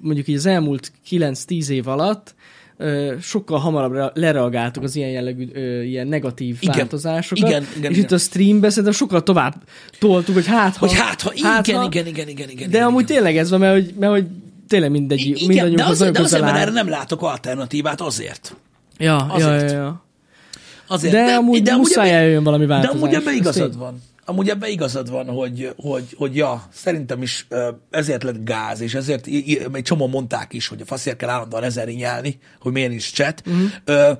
B: mondjuk így az elmúlt 9-10 év alatt ö, sokkal hamarabb re- lereagáltuk az ilyen jellegű, ö, ilyen negatív
A: Igen.
B: változásokat.
A: Igen, igen,
B: és
A: igen.
B: itt a streamben szerintem sokkal tovább toltuk, hogy hát ha...
A: hogy hát, ha igen,
B: hát,
A: igen,
B: ha-
A: igen, igen, igen, igen.
B: De amúgy tényleg ez van, mert hogy, mert hogy tényleg mindegy,
A: igen, igen,
B: mindannyiunk
A: de
B: az
A: azért,
B: olyan
A: de azért,
B: közel
A: mert
B: áll.
A: erre nem látok alternatívát, azért.
B: Ja, ja, ja,
A: azért.
B: ja.
A: Azért.
B: De amúgy muszáj
A: ebbe-
B: eljön valami
A: De
B: változás,
A: amúgy ebben
B: ez
A: igazad
B: tény.
A: van. Amúgy ebben igazad van, hogy, hogy, hogy ja, szerintem is ö, ezért lett gáz, és ezért i- i- egy csomó mondták is, hogy a faszért kell állandóan ezer nyelni, hogy miért is chat.
B: Mhm.
A: Ö,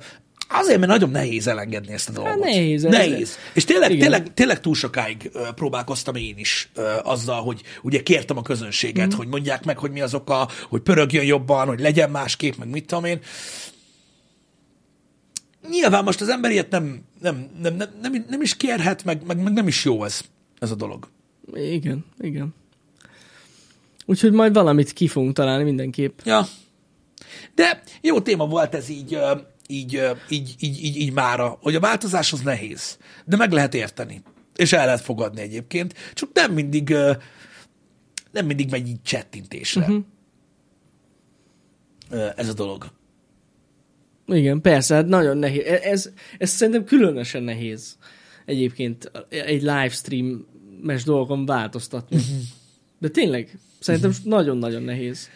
A: Azért, mert nagyon nehéz elengedni ezt a dolgot.
B: Hát nehéz, ez-
A: nehéz. És tényleg,
B: Igen.
A: tényleg, tényleg túl sokáig ö, próbálkoztam én is ö, azzal, hogy ugye kértem a közönséget, hogy mondják meg, hogy mi az oka, hogy pörögjön jobban, hogy legyen másképp, meg mit tudom én. Nyilván most az ember ilyet nem, nem, nem, nem, nem, nem is kérhet, meg, meg, meg nem is jó ez, ez a dolog.
B: Igen, igen. Úgyhogy majd valamit ki fogunk találni mindenképp.
A: Ja. De jó téma volt ez így, ö, így, ö, így, így, így, így mára, hogy a változás az nehéz, de meg lehet érteni, és el lehet fogadni egyébként, csak nem mindig, ö, nem mindig megy így csettintésre uh-huh. ez a dolog.
B: Igen, persze, hát nagyon nehéz. E- Ez, ez szerintem különösen nehéz egyébként egy livestream-es dolgon változtatni.
A: Mhm.
B: De tényleg, szerintem nagyon-nagyon nehéz.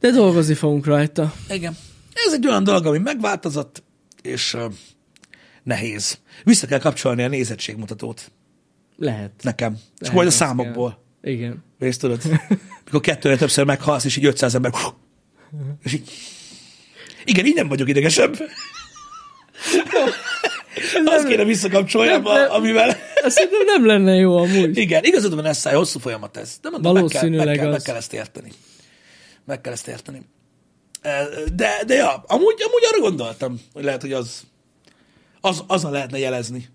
B: De dolgozni fogunk rajta.
A: Igen. Ez egy olyan dolog, ami megváltozott, és ö, nehéz. Vissza kell kapcsolni a nézettségmutatót
B: Lehet.
A: nekem. És
B: Lehet,
A: majd a
B: azt
A: számokból.
B: Kell. Igen.
A: Részt tudod? Mikor kettőre többször meghalsz, és így 500 ember... És így... Igen, így nem vagyok idegesebb. Azt kéne visszakapcsoljam,
B: Nem, nem.
A: a- amivel...
B: Azt szerintem nem lenne jó amúgy.
A: Igen, igazad van, ez hosszú folyamat ez. De mondom, meg kell, meg,
B: Valószínűleg
A: kell, meg
B: az.
A: kell ezt érteni. Meg kell ezt érteni. E, De, de ja, amúgy, amúgy arra gondoltam, hogy lehet, hogy az, az azon lehetne jelezni.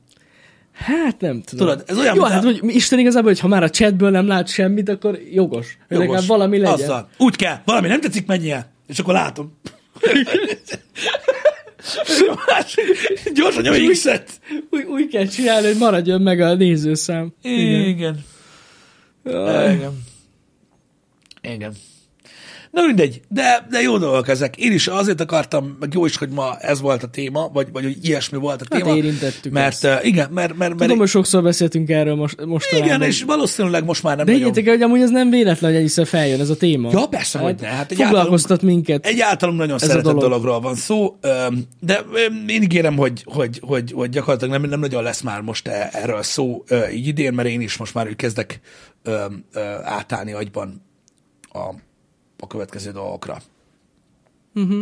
B: Hát nem tudom.
A: Tudod, ez olyan,
B: jó,
A: mint
B: hát
A: a-
B: hogy Isten igazából, hogy ha már a chatből nem lát semmit, akkor jogos. jogos. Legalább valami legyen.
A: Azzal. Úgy kell. Valami nem tetszik, menj el. És akkor
B: <laughs>
A: látom. Másik- Gyorsan nyomj x
B: Úgy, úgy kell csinálni, hogy maradjon meg a nézőszám.
A: Igen. Igen. Igen. Na mindegy, de, de jó dolgok ezek. Én is azért akartam, meg jó is, hogy ma ez volt a téma, vagy, vagy hogy ilyesmi volt a
B: Hát
A: téma.
B: érintettük
A: mert,
B: ezt.
A: eh, Igen, mert, mert, mert
B: Tudom, hogy sokszor beszéltünk erről most, mostanában.
A: igen, és valószínűleg most már nem
B: De
A: nagyon...
B: higgyetek el, hogy amúgy ez nem véletlen, hogy egyszer feljön ez a téma.
A: Ja, persze, hogy ne. Hát egy
B: foglalkoztat minket.
A: Egy általam nagyon
B: a
A: szeretett dolog.
B: dolog.
A: dologról van szó, öm, de öm, én ígérem, hogy, hogy, hogy, hogy gyakorlatilag nem, nem nagyon lesz már most e- erről szó ö, így idén, mert én is most már úgy kezdek öm, ö, átállni agyban a, a következő dolgokra.
B: Mhm.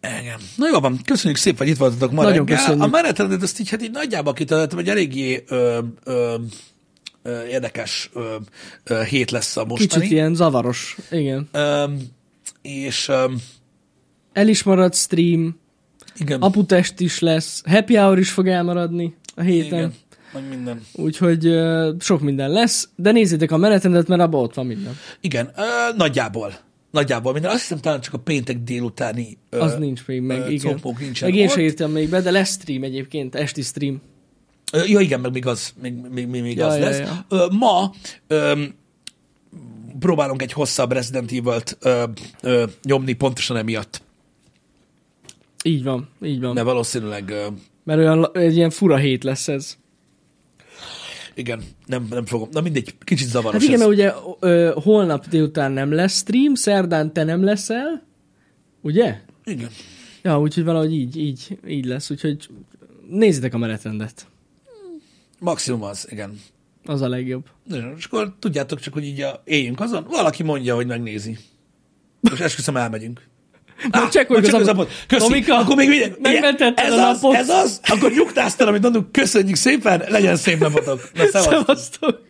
A: Engem. Na jó van, köszönjük szépen, hogy itt voltatok ma
B: Nagyon
A: reggel.
B: köszönjük.
A: A menetrendet azt így, hát így nagyjából kitaláltam, hogy eléggé ö, ö, ö, érdekes ö, ö, hét lesz a
B: Kicsit
A: mostani.
B: ilyen zavaros. Igen.
A: Öm, és öm,
B: El is marad stream,
A: igen.
B: aputest is lesz, happy hour is fog elmaradni a héten.
A: Igen, meg minden.
B: Úgyhogy ö, sok minden lesz, de nézzétek a menetrendet, mert abban ott van minden.
A: Igen, ö, nagyjából. Nagyjából minden. Azt hiszem talán csak a péntek délutáni ö,
B: Az nincs még meg,
A: ö,
B: igen.
A: combok nincsen
B: Meg én
A: ott.
B: se írtam még be, de lesz stream egyébként, esti stream.
A: Ö, ja, igen, meg még az, még, még, még, még
B: Ja,
A: az
B: ja,
A: lesz.
B: ja.
A: Ö, ma ö, próbálunk egy hosszabb Resident Evil-t ö, ö, nyomni pontosan emiatt,
B: Így van, így van.
A: de valószínűleg ö,
B: Mert olyan, egy ilyen fura hét lesz ez.
A: igen, nem, nem fogom. Na mindegy, kicsit zavaros
B: Hát igen,
A: ez.
B: mert ugye ö, holnap délután nem lesz stream, szerdán te nem leszel, ugye?
A: Igen.
B: Ja, úgyhogy valahogy így, így, így lesz, úgyhogy nézzétek a menetrendet.
A: Maximum az, igen.
B: Az a legjobb.
A: És akkor tudjátok csak, hogy így a, éljünk azon. Valaki mondja, hogy megnézi. És esküszöm, elmegyünk.
B: Na, csekkoljuk
A: Csak
B: az
A: az
B: napot.
A: napot. Köszi.
B: Tomika,
A: akkor még minden.
B: megmentetted
A: ez
B: a
A: az,
B: napot. <laughs>
A: Ez az, akkor nyugtáztál, amit mondunk. Köszönjük szépen, legyen szép napotok. Na, szevasztok.
B: Szevasztok.